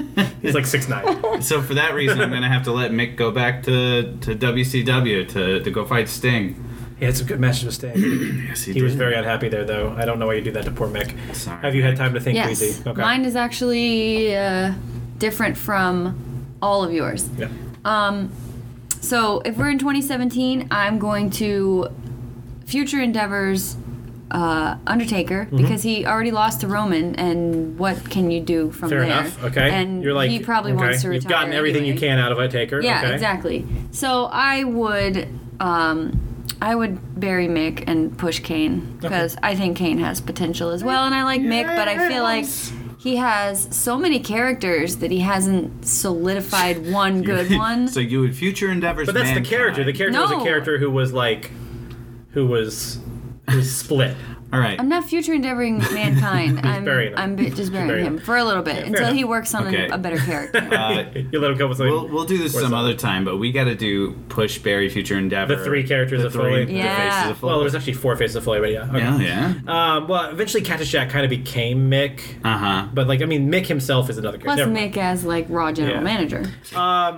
Speaker 1: he's like six nine.
Speaker 2: So for that reason, I'm gonna have to let Mick go back to, to WCW to, to go fight Sting.
Speaker 1: He had some good matches with Sting.
Speaker 2: Yes,
Speaker 1: He was very unhappy there, though. I don't know why you do that to poor Mick.
Speaker 2: Sorry.
Speaker 1: Have you had time to think,
Speaker 3: Yes.
Speaker 1: Weezy? Okay.
Speaker 3: Mine is actually uh, different from all of yours.
Speaker 1: yeah.
Speaker 3: Um, So if we're in 2017, I'm going to future endeavors uh, Undertaker
Speaker 1: Mm-hmm.
Speaker 3: because he already lost to Roman, and what can you do from
Speaker 1: Fair
Speaker 3: there?
Speaker 1: enough. Okay.
Speaker 3: and
Speaker 1: You're like
Speaker 3: he probably
Speaker 1: okay.
Speaker 3: wants to retire.
Speaker 1: You've gotten everything you
Speaker 3: anyway.
Speaker 1: can out of a Taker.
Speaker 3: Yeah,
Speaker 1: okay.
Speaker 3: exactly. So I would, um, I would bury Mick and push Kane because I think Kane has potential as well, and I like Mick, but I feel like he has so many characters that he hasn't solidified one good one.
Speaker 2: so you would future endeavors.
Speaker 1: But that's
Speaker 2: mankind.
Speaker 1: the character. The character was
Speaker 3: No.
Speaker 1: a character who was like, who was, who was split.
Speaker 2: All right.
Speaker 3: I'm not future endeavoring mankind. I'm
Speaker 1: burying him.
Speaker 3: I'm bi- just burying
Speaker 1: burying
Speaker 3: him
Speaker 1: him.
Speaker 3: for a little bit until
Speaker 1: enough.
Speaker 3: he works on
Speaker 2: Okay.
Speaker 3: a, a better character.
Speaker 2: Uh,
Speaker 1: you let him go with something.
Speaker 2: We'll, we'll do this
Speaker 1: Or
Speaker 2: some
Speaker 1: something.
Speaker 2: other time, but we got to do push Barry future endeavor.
Speaker 1: The three characters
Speaker 2: the
Speaker 1: of
Speaker 2: three
Speaker 1: Foley.
Speaker 2: the
Speaker 3: Yeah.
Speaker 2: faces of Foley.
Speaker 1: Well, there's actually four faces of Foley, but yeah. Okay.
Speaker 2: yeah, yeah.
Speaker 1: Um, well, eventually, Katushack kind of became Mick,
Speaker 2: Uh huh.
Speaker 1: but like, I mean, Mick himself is another
Speaker 3: Plus
Speaker 1: character. Never mind.
Speaker 3: Mick as like raw general
Speaker 1: Yeah.
Speaker 3: manager.
Speaker 1: Um,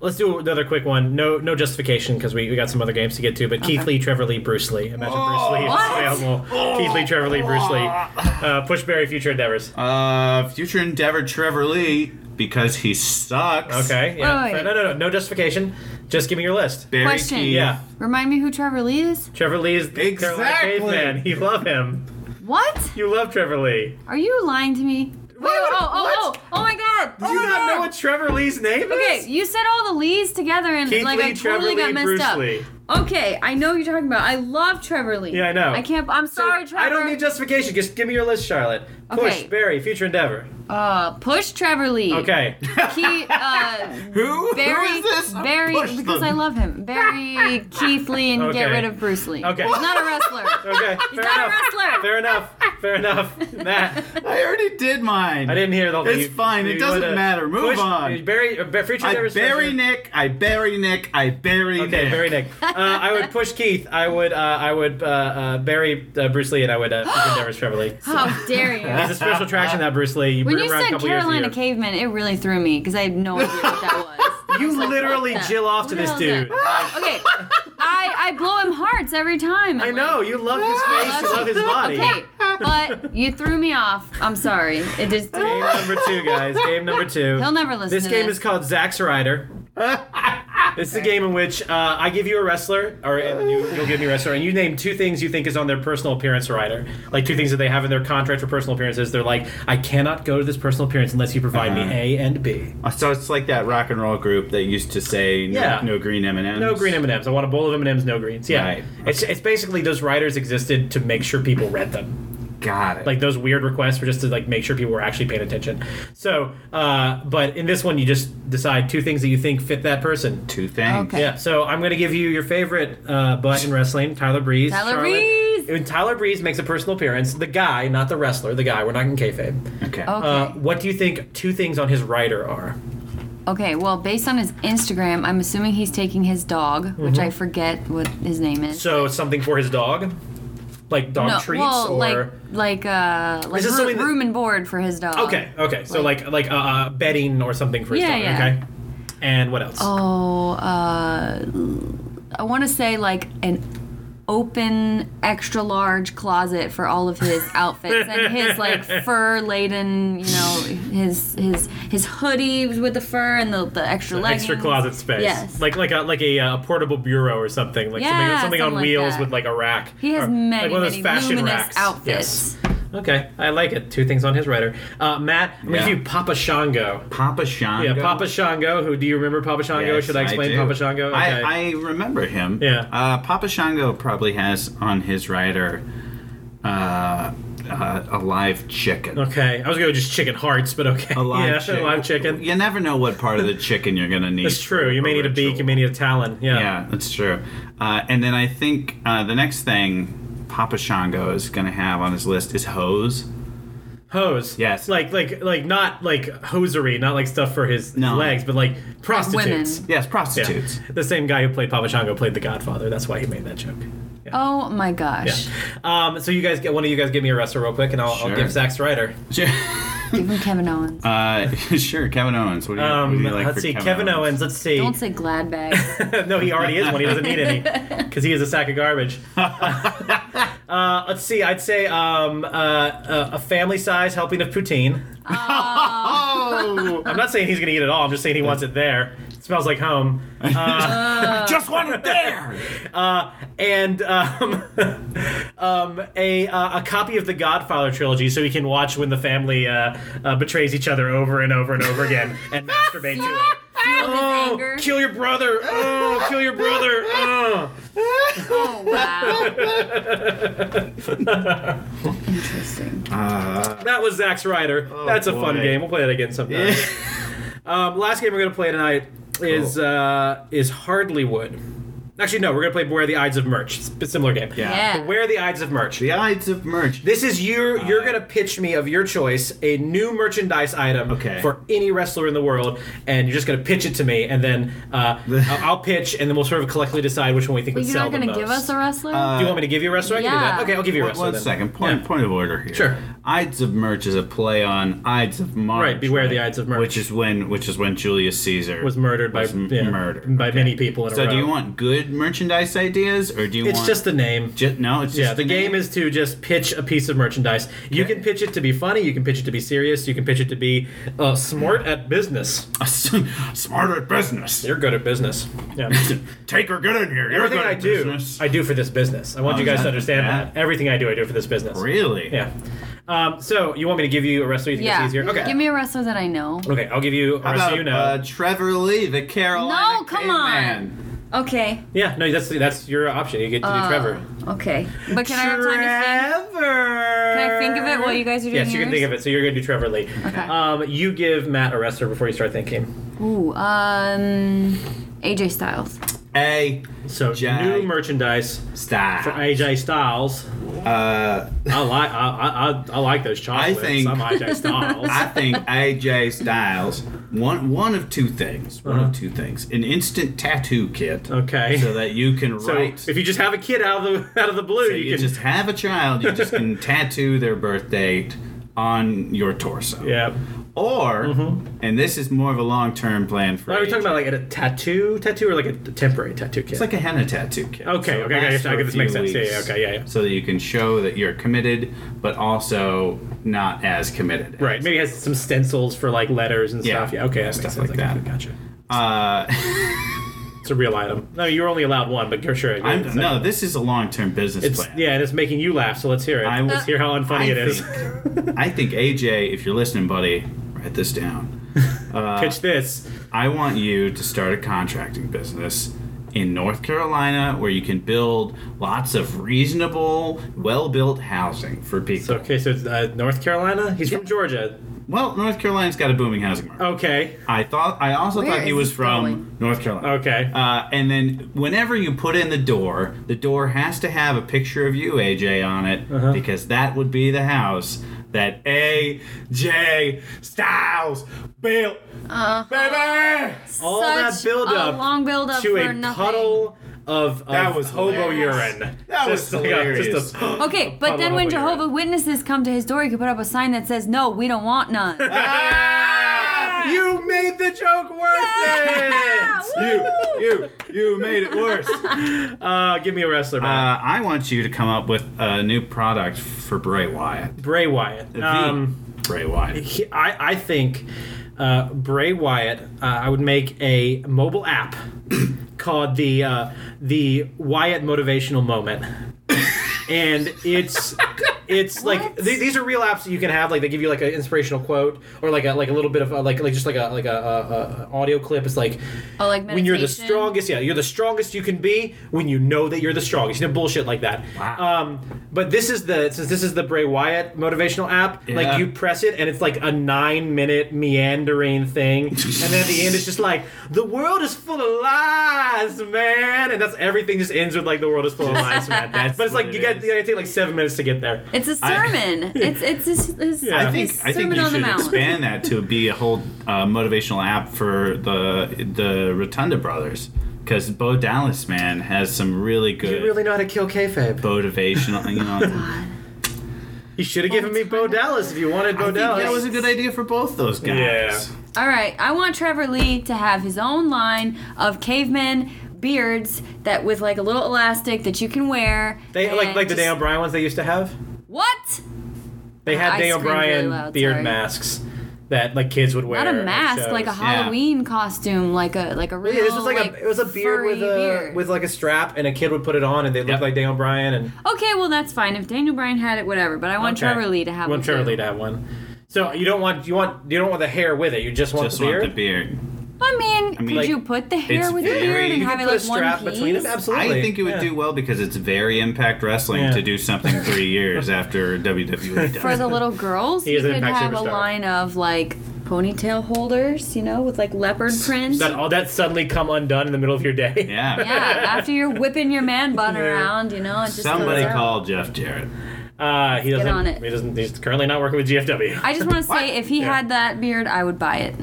Speaker 1: Let's do another quick one. No, no justification because we, we got some other games to get to. But Keith Lee, Trevor Lee, Bruce Lee. Imagine Bruce Lee.
Speaker 3: What?
Speaker 1: Yeah, well, Keith Lee, Trevor Lee, Bruce Lee. Uh, push Barry, future endeavors.
Speaker 2: Uh, future endeavor Trevor Lee because he sucks.
Speaker 1: Okay. Yeah.
Speaker 3: Wait, wait, wait.
Speaker 1: No, no, no, no justification. Just give me your list.
Speaker 2: Barry
Speaker 3: Question.
Speaker 2: Keith.
Speaker 1: Yeah.
Speaker 3: Remind me who Trevor Lee is?
Speaker 1: Trevor Lee is the Carolina
Speaker 2: Exactly.
Speaker 1: caveman. You love him.
Speaker 3: What?
Speaker 1: You love Trevor Lee.
Speaker 3: Are you lying to me? Wait, oh, oh, oh, oh, my god!
Speaker 1: Do you not know what Trevor Lee's name is?
Speaker 3: Okay, you said all the Lees together and
Speaker 1: Keith
Speaker 3: like
Speaker 1: Lee,
Speaker 3: I
Speaker 1: Trevor
Speaker 3: totally got
Speaker 1: Lee,
Speaker 3: messed
Speaker 1: Bruce
Speaker 3: up.
Speaker 1: Lee.
Speaker 3: Okay, I know what you're talking about. I love Trevor Lee.
Speaker 1: Yeah, I know.
Speaker 3: I can't I'm sorry, Trevor.
Speaker 1: I don't need justification. Just give me your list, Charlotte. Push,
Speaker 3: Okay.
Speaker 1: Barry, future endeavor.
Speaker 3: uh push Trevor Lee.
Speaker 1: Okay.
Speaker 3: Keith uh
Speaker 2: Who?
Speaker 3: Barry,
Speaker 2: Who is this?
Speaker 3: Barry,
Speaker 2: Push
Speaker 3: because
Speaker 2: them.
Speaker 3: I love him. Barry Keith Lee and
Speaker 1: Okay.
Speaker 3: get rid of Bruce Lee.
Speaker 1: Okay.
Speaker 3: He's not a wrestler.
Speaker 1: Okay. Fair
Speaker 3: not a
Speaker 1: enough.
Speaker 3: wrestler.
Speaker 1: Fair enough. Fair enough. Matt,
Speaker 2: I already did mine.
Speaker 1: I didn't hear the whole
Speaker 2: It's
Speaker 1: you-
Speaker 2: fine. It
Speaker 1: you
Speaker 2: doesn't
Speaker 1: wanna
Speaker 2: matter. Move
Speaker 1: push-
Speaker 2: on.
Speaker 1: you Bury, uh, bu- future
Speaker 2: I
Speaker 1: never says
Speaker 2: bury
Speaker 1: you-
Speaker 2: Nick. I bury Nick. I bury Nick.
Speaker 1: Okay, bury Nick. Uh, I would push Keith. I would. Uh, I would uh, uh, bury uh, Bruce Lee, and I would uh, future never Trevor Lee.
Speaker 3: How dare
Speaker 1: It's
Speaker 3: you?
Speaker 1: a special attraction that Bruce Lee. You
Speaker 3: When
Speaker 1: bring
Speaker 3: you
Speaker 1: around a
Speaker 3: said
Speaker 1: couple years a
Speaker 3: Carolina
Speaker 1: year.
Speaker 3: caveman, it really threw me because I had no idea what that was.
Speaker 1: You literally jill off to
Speaker 3: What the
Speaker 1: this
Speaker 3: hell is
Speaker 1: dude.
Speaker 3: that? okay, I I blow him hearts every time.
Speaker 1: I know. You love his face. You love his body.
Speaker 3: Okay, but you threw me off. I'm sorry. It just
Speaker 1: Game number two, guys. Game number two.
Speaker 3: He'll never listen
Speaker 1: This
Speaker 3: to
Speaker 1: game
Speaker 3: this.
Speaker 1: is called Zack's Rider. It's the game in which uh, I give you a wrestler, or and you, you'll give me a wrestler, and you name two things you think is on their personal appearance rider, like two things that they have in their contract for personal appearances. They're like, I cannot go to this personal appearance unless you provide
Speaker 2: Uh-huh.
Speaker 1: me A and B.
Speaker 2: So it's like that rock and roll group that used to say no,
Speaker 1: Yeah.
Speaker 2: no green M&Ms.
Speaker 1: No green M and M's. I want a bowl of M and M's. No greens. Yeah,
Speaker 2: Right.
Speaker 1: it's it's basically those riders existed to make sure people read them.
Speaker 2: Got it.
Speaker 1: like those weird requests were just to like make sure people were actually paying attention. So, uh, but in this one, you just decide two things that you think fit that person.
Speaker 2: two things.
Speaker 3: Okay.
Speaker 1: Yeah. So I'm gonna give you your favorite uh, butt in wrestling, Tyler Breeze.
Speaker 3: Tyler
Speaker 1: Charlotte-
Speaker 3: Breeze!
Speaker 1: When Tyler Breeze makes a personal appearance, the guy, not the wrestler, the guy. We're not in kayfabe.
Speaker 2: Okay.
Speaker 3: Okay.
Speaker 1: Uh, what do you think? Two things on his rider are.
Speaker 3: Okay, well, based on his Instagram, I'm assuming he's taking his dog, which
Speaker 1: Mm-hmm.
Speaker 3: I forget what his name is.
Speaker 1: So something for his dog, like dog
Speaker 3: no,
Speaker 1: treats
Speaker 3: well,
Speaker 1: or.
Speaker 3: like like uh like
Speaker 1: Is this
Speaker 3: roo-
Speaker 1: something that-
Speaker 3: room and board for his dog.
Speaker 1: Okay. Okay. So like like uh, uh, bedding or something for his
Speaker 3: Yeah,
Speaker 1: dog.
Speaker 3: yeah.
Speaker 1: Okay. And what else?
Speaker 3: Oh, uh, I want to say like an open extra large closet for all of his outfits and his like fur laden you know his his his hoodie with the fur and the, the extra leggings
Speaker 1: extra closet space.
Speaker 3: yes
Speaker 1: Like like a like a, uh portable bureau or something. Like
Speaker 3: Yeah,
Speaker 1: something, something on
Speaker 3: something like
Speaker 1: wheels
Speaker 3: that.
Speaker 1: with like a rack.
Speaker 3: he has
Speaker 1: Or,
Speaker 3: many
Speaker 1: like one of those
Speaker 3: many
Speaker 1: fashion
Speaker 3: luminous
Speaker 1: racks.
Speaker 3: outfits
Speaker 1: Yes. Okay, I like it. Two things on his rider. Uh, Matt, I'm
Speaker 2: Yeah.
Speaker 1: gonna give you Papa Shango.
Speaker 2: Papa Shango.
Speaker 1: Yeah, Papa Shango. Who do you remember? Papa Shango.
Speaker 2: Yes,
Speaker 1: Should I explain
Speaker 2: do.
Speaker 1: Papa Shango? Okay.
Speaker 2: I, I remember him.
Speaker 1: Yeah.
Speaker 2: Uh, Papa Shango probably has on his rider uh, uh, a live chicken.
Speaker 1: okay. I was gonna just chicken hearts, but okay.
Speaker 2: A live
Speaker 1: yeah,
Speaker 2: chicken.
Speaker 1: a live chicken.
Speaker 2: You never know what part of the chicken you're gonna need.
Speaker 1: That's true. You may need a beak. You may need a talon. Yeah.
Speaker 2: Yeah, that's true. Uh, and then I think uh, the next thing Papa Shango is gonna have on his list is hose.
Speaker 1: Hose.
Speaker 2: Yes.
Speaker 1: Like like like not like hosiery, not like stuff for his
Speaker 2: No.
Speaker 1: legs, but like prostitutes.
Speaker 2: Yes,
Speaker 1: Yeah.
Speaker 2: prostitutes.
Speaker 1: The same guy who played Papa Shango played The Godfather. That's why he made that joke. Yeah.
Speaker 3: oh my gosh
Speaker 1: Um, so you guys get one of you guys give me a wrestler real quick, and I'll,
Speaker 2: Sure.
Speaker 1: I'll give Zack Ryder.
Speaker 3: give him kevin owens
Speaker 2: Uh, sure, Kevin Owens. What do you, what do
Speaker 1: Um,
Speaker 2: you like
Speaker 1: let's
Speaker 2: for
Speaker 1: see, Kevin Owens. Let's see.
Speaker 3: don't say glad bag
Speaker 1: no, he already is one. He doesn't need any because he is a sack of garbage. uh, let's see. I'd say um, uh, uh, a family size helping of poutine.
Speaker 2: Oh,
Speaker 1: I'm not saying he's gonna eat it all. I'm just saying he wants it there. It smells like home.
Speaker 2: just one there.
Speaker 1: Uh, and um, um, a uh, a copy of the Godfather trilogy, so we can watch when the family uh, uh, betrays each other over and over and over again and masturbate to it.
Speaker 3: Fuel his
Speaker 1: Oh,
Speaker 3: anger.
Speaker 1: kill your brother! Oh, kill your brother! Oh.
Speaker 3: oh wow interesting
Speaker 1: That was Zack's Rider. That's a fun
Speaker 2: Oh, boy.
Speaker 1: game. We'll play that again sometime. Um, last game we're gonna play tonight is
Speaker 2: Cool.
Speaker 1: uh, is Hardly Wood. Actually, no, we're gonna play Beware the Ides of Merch. It's a similar game.
Speaker 2: Yeah.
Speaker 3: Yeah.
Speaker 1: Beware the Ides of Merch.
Speaker 2: The Ides of Merch.
Speaker 1: This is your you're gonna pitch me of your choice a new merchandise item
Speaker 2: Okay.
Speaker 1: for any wrestler in the world, and you're just gonna pitch it to me, and then uh, I'll I'll pitch, and then we'll sort of collectively decide which one we think
Speaker 3: But
Speaker 1: would
Speaker 3: you're
Speaker 1: sell
Speaker 3: not
Speaker 1: the
Speaker 3: going
Speaker 1: most.
Speaker 3: to give us a wrestler?
Speaker 1: Do you want me to give you a wrestler? I can do that.
Speaker 3: Yeah.
Speaker 1: Okay, I'll give you a
Speaker 2: One-
Speaker 1: wrestler.
Speaker 2: one
Speaker 1: then.
Speaker 2: second. Point,
Speaker 1: Yeah.
Speaker 2: point of order here.
Speaker 1: Sure.
Speaker 2: Ides of Merch is a play on Ides of March.
Speaker 1: Right, beware the Ides of March.
Speaker 2: Which is when which is when Julius Caesar
Speaker 1: Was murdered by
Speaker 2: was m-
Speaker 1: yeah,
Speaker 2: murdered.
Speaker 1: by many people in a
Speaker 2: So
Speaker 1: row.
Speaker 2: do you want good merchandise ideas or do you
Speaker 1: It's
Speaker 2: want
Speaker 1: just the name.
Speaker 2: ju- no, it's just
Speaker 1: yeah, the game is to just pitch a piece of merchandise. You
Speaker 2: Okay.
Speaker 1: can pitch it to be funny. You can pitch it to be serious. You can pitch it to be uh, smart at business.
Speaker 2: smarter at business.
Speaker 1: You're good at business. Yeah.
Speaker 2: Take her good in here. You're
Speaker 1: Everything
Speaker 2: good
Speaker 1: I
Speaker 2: at
Speaker 1: do,
Speaker 2: business.
Speaker 1: I do for this business. I want
Speaker 2: Oh,
Speaker 1: you
Speaker 2: is
Speaker 1: guys
Speaker 2: that-
Speaker 1: to understand
Speaker 2: yeah.
Speaker 1: that. Everything I do, I do for this business.
Speaker 2: really?
Speaker 1: Yeah. Um, so you want me to give you a wrestler you think
Speaker 3: yeah.
Speaker 1: it's easier? Okay.
Speaker 3: Give me a wrestler that I know.
Speaker 1: okay, I'll give you a
Speaker 2: How
Speaker 1: wrestler
Speaker 2: about
Speaker 1: you know.
Speaker 2: uh, Trevor Lee, the Carolina
Speaker 3: No, come on.
Speaker 2: Caveman?
Speaker 3: Okay.
Speaker 1: yeah, no, that's that's your option. You get to do
Speaker 3: Uh,
Speaker 1: Trevor.
Speaker 3: Okay. But can I have time to think? Can I think of it while you guys are doing
Speaker 1: Yes, you can think of it. So you're gonna do Trevor Lee.
Speaker 3: Okay.
Speaker 1: Um, you give Matt a wrestler before you start thinking.
Speaker 3: Ooh, um, AJ Styles.
Speaker 2: A
Speaker 1: So
Speaker 2: Jai.
Speaker 1: new merchandise
Speaker 2: style.
Speaker 1: for AJ Styles.
Speaker 2: uh,
Speaker 1: I like I, I, I, I like those chocolates.
Speaker 2: think-
Speaker 1: I'm AJ Styles.
Speaker 2: I think AJ Styles one one of two things. One of two things. An instant tattoo kit.
Speaker 1: Uh-huh. okay.
Speaker 2: So that you can
Speaker 1: So
Speaker 2: write.
Speaker 1: if you just have a kid out of the out of the blue,
Speaker 2: So
Speaker 1: you,
Speaker 2: you,
Speaker 1: can
Speaker 2: just have a child, you just can tattoo their birth date on your torso.
Speaker 1: yeah.
Speaker 2: Or, and this is more of a long term plan for.
Speaker 1: Are we
Speaker 2: age,
Speaker 1: Mm-hmm. talking about like a tattoo tattoo or like a temporary tattoo kit?
Speaker 2: It's like a henna tattoo kit.
Speaker 1: Okay,
Speaker 2: it
Speaker 1: okay, okay,
Speaker 2: lasts
Speaker 1: I
Speaker 2: for
Speaker 1: get
Speaker 2: a
Speaker 1: this makes
Speaker 2: few
Speaker 1: sense. Yeah, yeah, okay, yeah, yeah.
Speaker 2: So that you can show that you're committed, but also not as committed.
Speaker 1: right. Maybe it has some stencils for like letters and
Speaker 2: Yeah.
Speaker 1: stuff. Yeah. Okay. That
Speaker 2: Stuff
Speaker 1: makes sense.
Speaker 2: like
Speaker 1: I
Speaker 2: that.
Speaker 1: Gotcha.
Speaker 2: Uh,
Speaker 1: It's a real item. No, you're only allowed one, but you're sure.
Speaker 2: I'm,
Speaker 1: it's-
Speaker 2: no, this is a long term business
Speaker 1: It's
Speaker 2: plan.
Speaker 1: yeah, and it's making you laugh. So let's hear it.
Speaker 2: I will-
Speaker 1: let's hear how unfunny
Speaker 2: I
Speaker 1: it is.
Speaker 2: think- I think AJ, if you're listening, buddy, write this down. uh,
Speaker 1: Pitch this.
Speaker 2: I want you to start a contracting business in North Carolina where you can build lots of reasonable, well built housing for people.
Speaker 1: So, okay, so it's uh, North Carolina. He's from Georgia.
Speaker 2: well, North Carolina's got a booming housing market.
Speaker 1: Okay.
Speaker 2: I thought I also
Speaker 3: Where
Speaker 2: thought he
Speaker 3: is
Speaker 2: was
Speaker 3: this
Speaker 2: from
Speaker 3: going?
Speaker 2: North Carolina.
Speaker 1: Okay.
Speaker 2: Uh, and then whenever you put in the door, the door has to have a picture of you, AJ, on it
Speaker 1: Uh-huh.
Speaker 2: because that would be the house that AJ Styles built.
Speaker 3: Uh,
Speaker 2: Baby!
Speaker 1: All that
Speaker 3: Such
Speaker 1: build up
Speaker 3: a long build up
Speaker 1: to
Speaker 3: for
Speaker 1: a
Speaker 3: nothing.
Speaker 1: puddle of,
Speaker 2: That
Speaker 1: of
Speaker 2: was
Speaker 1: hobo
Speaker 2: hilarious.
Speaker 1: urine.
Speaker 2: That was
Speaker 1: like a- just a-
Speaker 3: Okay, but then
Speaker 1: Probably
Speaker 3: when
Speaker 1: right.
Speaker 3: Jehovah Witnesses come to his door, he could put up a sign that says, "No, we don't want none."
Speaker 2: Ah! You made the joke worse.
Speaker 3: Yeah!
Speaker 2: You, you, you made it worse. Uh,
Speaker 1: uh, give me a wrestler. man.
Speaker 2: I want you to come up with a new product for Bray Wyatt.
Speaker 1: Bray Wyatt.
Speaker 2: The
Speaker 1: Um,
Speaker 2: Bray Wyatt.
Speaker 1: he, I I think uh, Bray Wyatt. Uh, I would make a mobile app called the uh, the Wyatt Motivational Moment, and it's. It's like
Speaker 3: What?
Speaker 1: th- these are real apps that you can have. Like they give you like an inspirational quote or like a like a little bit of uh, like like just like a like a, a, a audio clip. It's like
Speaker 3: Oh, like
Speaker 1: when you're the
Speaker 3: meditation?
Speaker 1: strongest, yeah, you're the strongest you can be when you know that you're the strongest. You know, bullshit like that.
Speaker 2: Wow.
Speaker 1: Um, but this is the since this is the Bray Wyatt motivational app.
Speaker 2: Yeah.
Speaker 1: Like you press it and it's like a nine minute meandering thing, and then at the end it's just like the world is full of lies, man, and that's everything. Just ends with like the world is full of lies, man.
Speaker 2: That's
Speaker 1: but it's
Speaker 2: what
Speaker 1: like
Speaker 2: it
Speaker 1: you got
Speaker 2: is.
Speaker 1: you got to take like seven minutes to get there.
Speaker 3: It's a
Speaker 2: I-
Speaker 3: sermon. it's it's his, his,
Speaker 1: Yeah.
Speaker 2: I think
Speaker 3: his
Speaker 2: I think
Speaker 3: sermon
Speaker 2: you
Speaker 3: on the
Speaker 2: should
Speaker 3: mount.
Speaker 2: expand that to be a whole uh, motivational app for the the Rotunda brothers because Bo Dallas man has some really good
Speaker 1: You really know how to kill kayfabe.
Speaker 2: motivational. You know,
Speaker 1: You should have given me Bo Dallas if you wanted Bo
Speaker 2: I think
Speaker 1: Dallas.
Speaker 2: that was a good idea for both those guys.
Speaker 1: Yeah.
Speaker 3: All right, I want Trevor Lee to have his own line of cavemen beards that with like a little elastic that you can wear.
Speaker 1: they like
Speaker 3: and
Speaker 1: like the
Speaker 3: just-
Speaker 1: Daniel Bryan ones they used to have.
Speaker 3: What?
Speaker 1: They had
Speaker 3: I
Speaker 1: Daniel
Speaker 3: screamed really
Speaker 1: Bryan
Speaker 3: loud,
Speaker 1: beard
Speaker 3: sorry.
Speaker 1: masks that like kids would wear.
Speaker 3: Not a
Speaker 1: at
Speaker 3: mask,
Speaker 1: shows.
Speaker 3: like a Halloween costume, like a like a real.
Speaker 1: Yeah, this was like, a it was a beard
Speaker 3: furry
Speaker 1: with a with like a strap, and a kid would put it on, and they looked
Speaker 2: Yep.
Speaker 1: like Daniel Bryan. And
Speaker 3: Okay, well that's fine. If Daniel Bryan had it, whatever. But I want
Speaker 1: Okay.
Speaker 3: Trevor Lee to have.
Speaker 1: You want
Speaker 3: one,
Speaker 1: Trevor
Speaker 3: too.
Speaker 1: Lee to have one. So you don't want you want you don't want the hair with it. You just want
Speaker 2: Just
Speaker 1: the beard.
Speaker 2: want the beard.
Speaker 3: I mean,
Speaker 2: mean,
Speaker 3: could
Speaker 2: like,
Speaker 3: you put the hair
Speaker 2: it's
Speaker 3: with the
Speaker 2: very-
Speaker 3: beard and
Speaker 2: you
Speaker 3: have it
Speaker 1: Put
Speaker 3: like
Speaker 1: a strap
Speaker 3: one piece?
Speaker 1: between them. Absolutely.
Speaker 2: I think it would
Speaker 1: Yeah.
Speaker 2: do well because it's very Impact Wrestling
Speaker 1: Yeah.
Speaker 2: to do something three years after WWE does.
Speaker 3: For the little girls,
Speaker 1: He
Speaker 3: you
Speaker 1: is an
Speaker 3: could
Speaker 1: Impact
Speaker 3: have a
Speaker 1: superstar.
Speaker 3: line of like ponytail holders, you know, with like leopard print.
Speaker 1: That all that suddenly come undone in the middle of your day.
Speaker 2: yeah.
Speaker 3: yeah, after you're whipping your man bun around, you know, it just
Speaker 2: Somebody
Speaker 3: goes up.
Speaker 2: call Jeff Jarrett.
Speaker 1: Uh, he doesn't.
Speaker 3: on it.
Speaker 1: He doesn't. He's currently not working with GFW.
Speaker 3: I just want to say, if he
Speaker 1: Yeah.
Speaker 3: had that beard, I would buy it.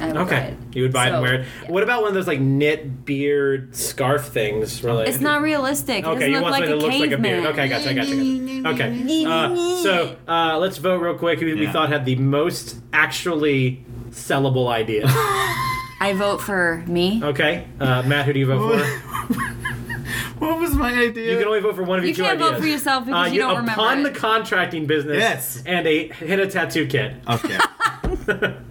Speaker 3: I would buy
Speaker 1: Okay,
Speaker 3: it.
Speaker 1: you would buy it
Speaker 3: So,
Speaker 1: and wear it.
Speaker 3: yeah.
Speaker 1: What about one of those like knit beard scarf things? Where, like,
Speaker 3: It's not realistic. It
Speaker 1: Okay,
Speaker 3: doesn't
Speaker 1: you
Speaker 3: look
Speaker 1: want
Speaker 3: like
Speaker 1: something
Speaker 3: a
Speaker 1: that looks like a
Speaker 3: caveman.
Speaker 1: beard. Okay, gotcha, I gotcha, gotcha. Okay. Uh, so uh, let's vote real quick who we
Speaker 2: Yeah.
Speaker 1: thought had the most actually sellable idea.
Speaker 3: I vote for me.
Speaker 1: Okay, uh, Matt, who do you vote for?
Speaker 2: What was my idea?
Speaker 1: You can only vote for one of your
Speaker 3: You
Speaker 1: two
Speaker 3: can't
Speaker 1: ideas.
Speaker 3: vote for yourself because
Speaker 1: uh,
Speaker 3: you don't
Speaker 1: upon
Speaker 3: remember
Speaker 1: Upon the
Speaker 3: it.
Speaker 1: contracting business
Speaker 2: Yes.
Speaker 1: and a henna tattoo kit.
Speaker 2: okay.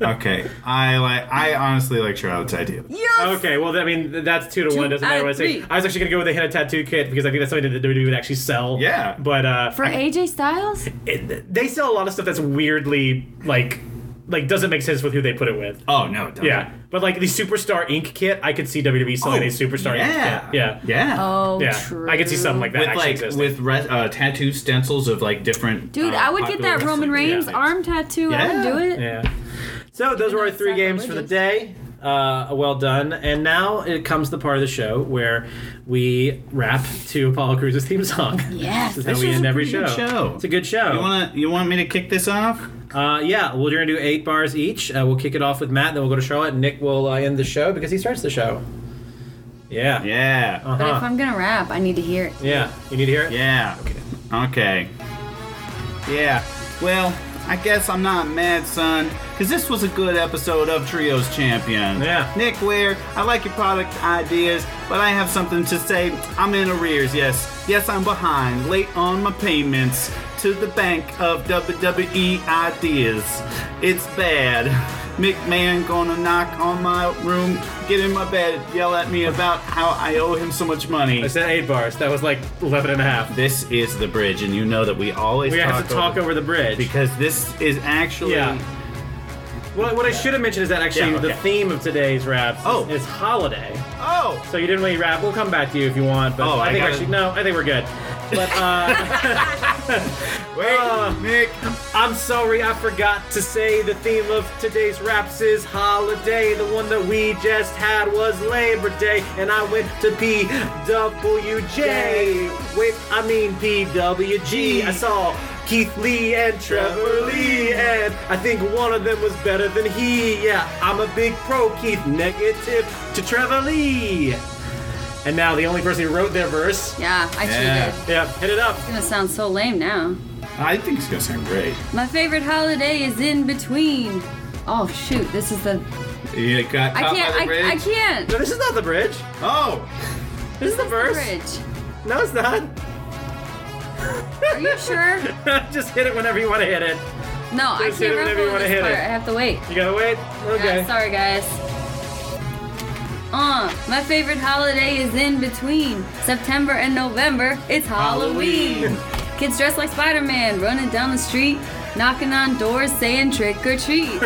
Speaker 2: okay. I like. I honestly like Charlotte's idea.
Speaker 3: Yes!
Speaker 1: Okay, well, I mean, th- that's two to one. Doesn't
Speaker 3: out
Speaker 1: matter what
Speaker 3: of
Speaker 1: I say.
Speaker 3: three.
Speaker 1: I was actually going to go with a henna tattoo kit because I think that's something that WWE E would actually sell.
Speaker 2: Yeah.
Speaker 1: But uh,
Speaker 3: For AJ Styles?
Speaker 1: it- they sell a lot of stuff that's weirdly, like, like doesn't make sense with who they put it with.
Speaker 2: Oh no. Don't.
Speaker 1: Yeah, but like the Superstar Ink kit, I could see WWE
Speaker 2: Oh,
Speaker 1: selling a Superstar
Speaker 2: Yeah.
Speaker 1: Ink kit. Yeah,
Speaker 2: Yeah.
Speaker 3: Oh,
Speaker 1: yeah,
Speaker 3: true.
Speaker 1: I could see something like that
Speaker 2: With
Speaker 1: actually
Speaker 2: like
Speaker 1: existing.
Speaker 2: with re- uh, tattoo stencils of like different.
Speaker 3: Dude,
Speaker 2: uh,
Speaker 3: I would get
Speaker 2: popular
Speaker 3: that Roman
Speaker 2: wrestling
Speaker 3: Reigns
Speaker 2: things.
Speaker 3: arm tattoo. I would
Speaker 2: Yeah.
Speaker 3: do it.
Speaker 1: yeah. So those were our
Speaker 3: it's
Speaker 1: three
Speaker 3: not
Speaker 1: games for the
Speaker 3: religious.
Speaker 1: day. Uh, well done. And now it comes the part of the show where we rap to Apollo Cruz's theme song.
Speaker 3: Yes.
Speaker 1: This is how
Speaker 2: This
Speaker 1: we
Speaker 2: was
Speaker 1: end
Speaker 2: a
Speaker 1: every show.
Speaker 2: pretty good show.
Speaker 1: It's a good show.
Speaker 2: You wanna you want me to kick this off?
Speaker 1: Uh, yeah, well, we're gonna do eight bars each. Uh, we'll kick it off with Matt, then we'll go to Charlotte. Nick will uh, end the show because he starts the show. Yeah.
Speaker 2: Yeah.
Speaker 1: Uh-huh.
Speaker 3: But if I'm gonna rap, I need to hear it.
Speaker 1: Yeah. You need to hear it.
Speaker 2: Yeah. Okay. Yeah. Well, I guess I'm not mad, son, because this was a good episode of Trios Champion.
Speaker 1: Yeah.
Speaker 2: Nick Ware, I like your product ideas, but I have something to say. I'm in arrears, yes. Yes, I'm behind, late on my payments to the bank of WWE ideas. It's bad. McMahon gonna knock on my room, get in my bed, yell at me about how I owe him so much money.
Speaker 1: I said eight bars. That was like 11 and a half.
Speaker 2: This is the bridge, and you know that we always
Speaker 1: We
Speaker 2: talk
Speaker 1: have to talk
Speaker 2: over,
Speaker 1: over the bridge.
Speaker 2: because this is actually
Speaker 1: Yeah. Well, what I should have mentioned is that actually
Speaker 2: Yeah,
Speaker 1: the
Speaker 2: okay.
Speaker 1: theme of today's raps is-
Speaker 2: Oh.
Speaker 1: is, holiday.
Speaker 2: oh
Speaker 1: So you didn't really rap. We'll come back to you if you want, but
Speaker 2: Oh,
Speaker 1: I,
Speaker 2: I
Speaker 1: think
Speaker 2: gotta-
Speaker 1: actually no, I think we're good. But uh,
Speaker 2: wait
Speaker 1: Uh,
Speaker 2: Nick
Speaker 1: I'm sorry, I forgot to say the theme of today's raps is holiday. The one that we just had was Labor Day, and I went to
Speaker 2: Yay.
Speaker 1: PWJ. Wait, I mean PWG. I saw Keith Lee and Trevor Lee, and I think one of them was better than he. Yeah, I'm a big pro Keith negative to Trevor Lee. And now the only person who wrote their verse.
Speaker 3: Yeah, I
Speaker 2: Yeah.
Speaker 3: cheated. It's
Speaker 1: Yeah, hit it up.
Speaker 3: gonna sound so lame now.
Speaker 2: I think it's gonna sound great
Speaker 3: My favorite holiday is in between. Oh shoot, this is the
Speaker 2: you got
Speaker 3: I
Speaker 2: caught
Speaker 3: can't
Speaker 2: by the
Speaker 3: I,
Speaker 2: bridge
Speaker 3: I can't.
Speaker 1: No, this is not the bridge.
Speaker 2: oh
Speaker 1: This is the verse.
Speaker 3: Bridge.
Speaker 1: No, it's not.
Speaker 3: Are you sure?
Speaker 1: Just hit it whenever you want to hit it.
Speaker 3: No, I
Speaker 1: Just hit it
Speaker 3: can't
Speaker 1: whenever
Speaker 3: rap
Speaker 1: you
Speaker 3: on
Speaker 1: wanna
Speaker 3: this
Speaker 1: hit
Speaker 3: part.
Speaker 1: it.
Speaker 3: I have to wait.
Speaker 1: You gotta wait. Okay.
Speaker 3: Yeah, sorry, guys. Uh, my favorite holiday is in between September and November. It's Halloween. Kids dressed like Spider-Man, running down the street, knocking on doors, saying trick or treat.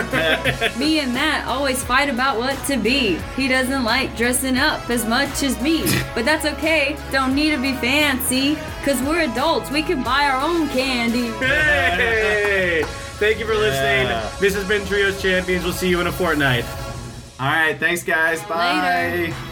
Speaker 3: me and Matt always fight about what to be. He doesn't like dressing up as much as me, but that's okay. Don't need to be fancy, cause we're adults. We can buy our own candy.
Speaker 1: Hey! Thank you for listening.
Speaker 2: Yeah.
Speaker 1: This has been Trios Champions. We'll see you in a fortnight.
Speaker 2: all right thanks guys bye
Speaker 3: Later.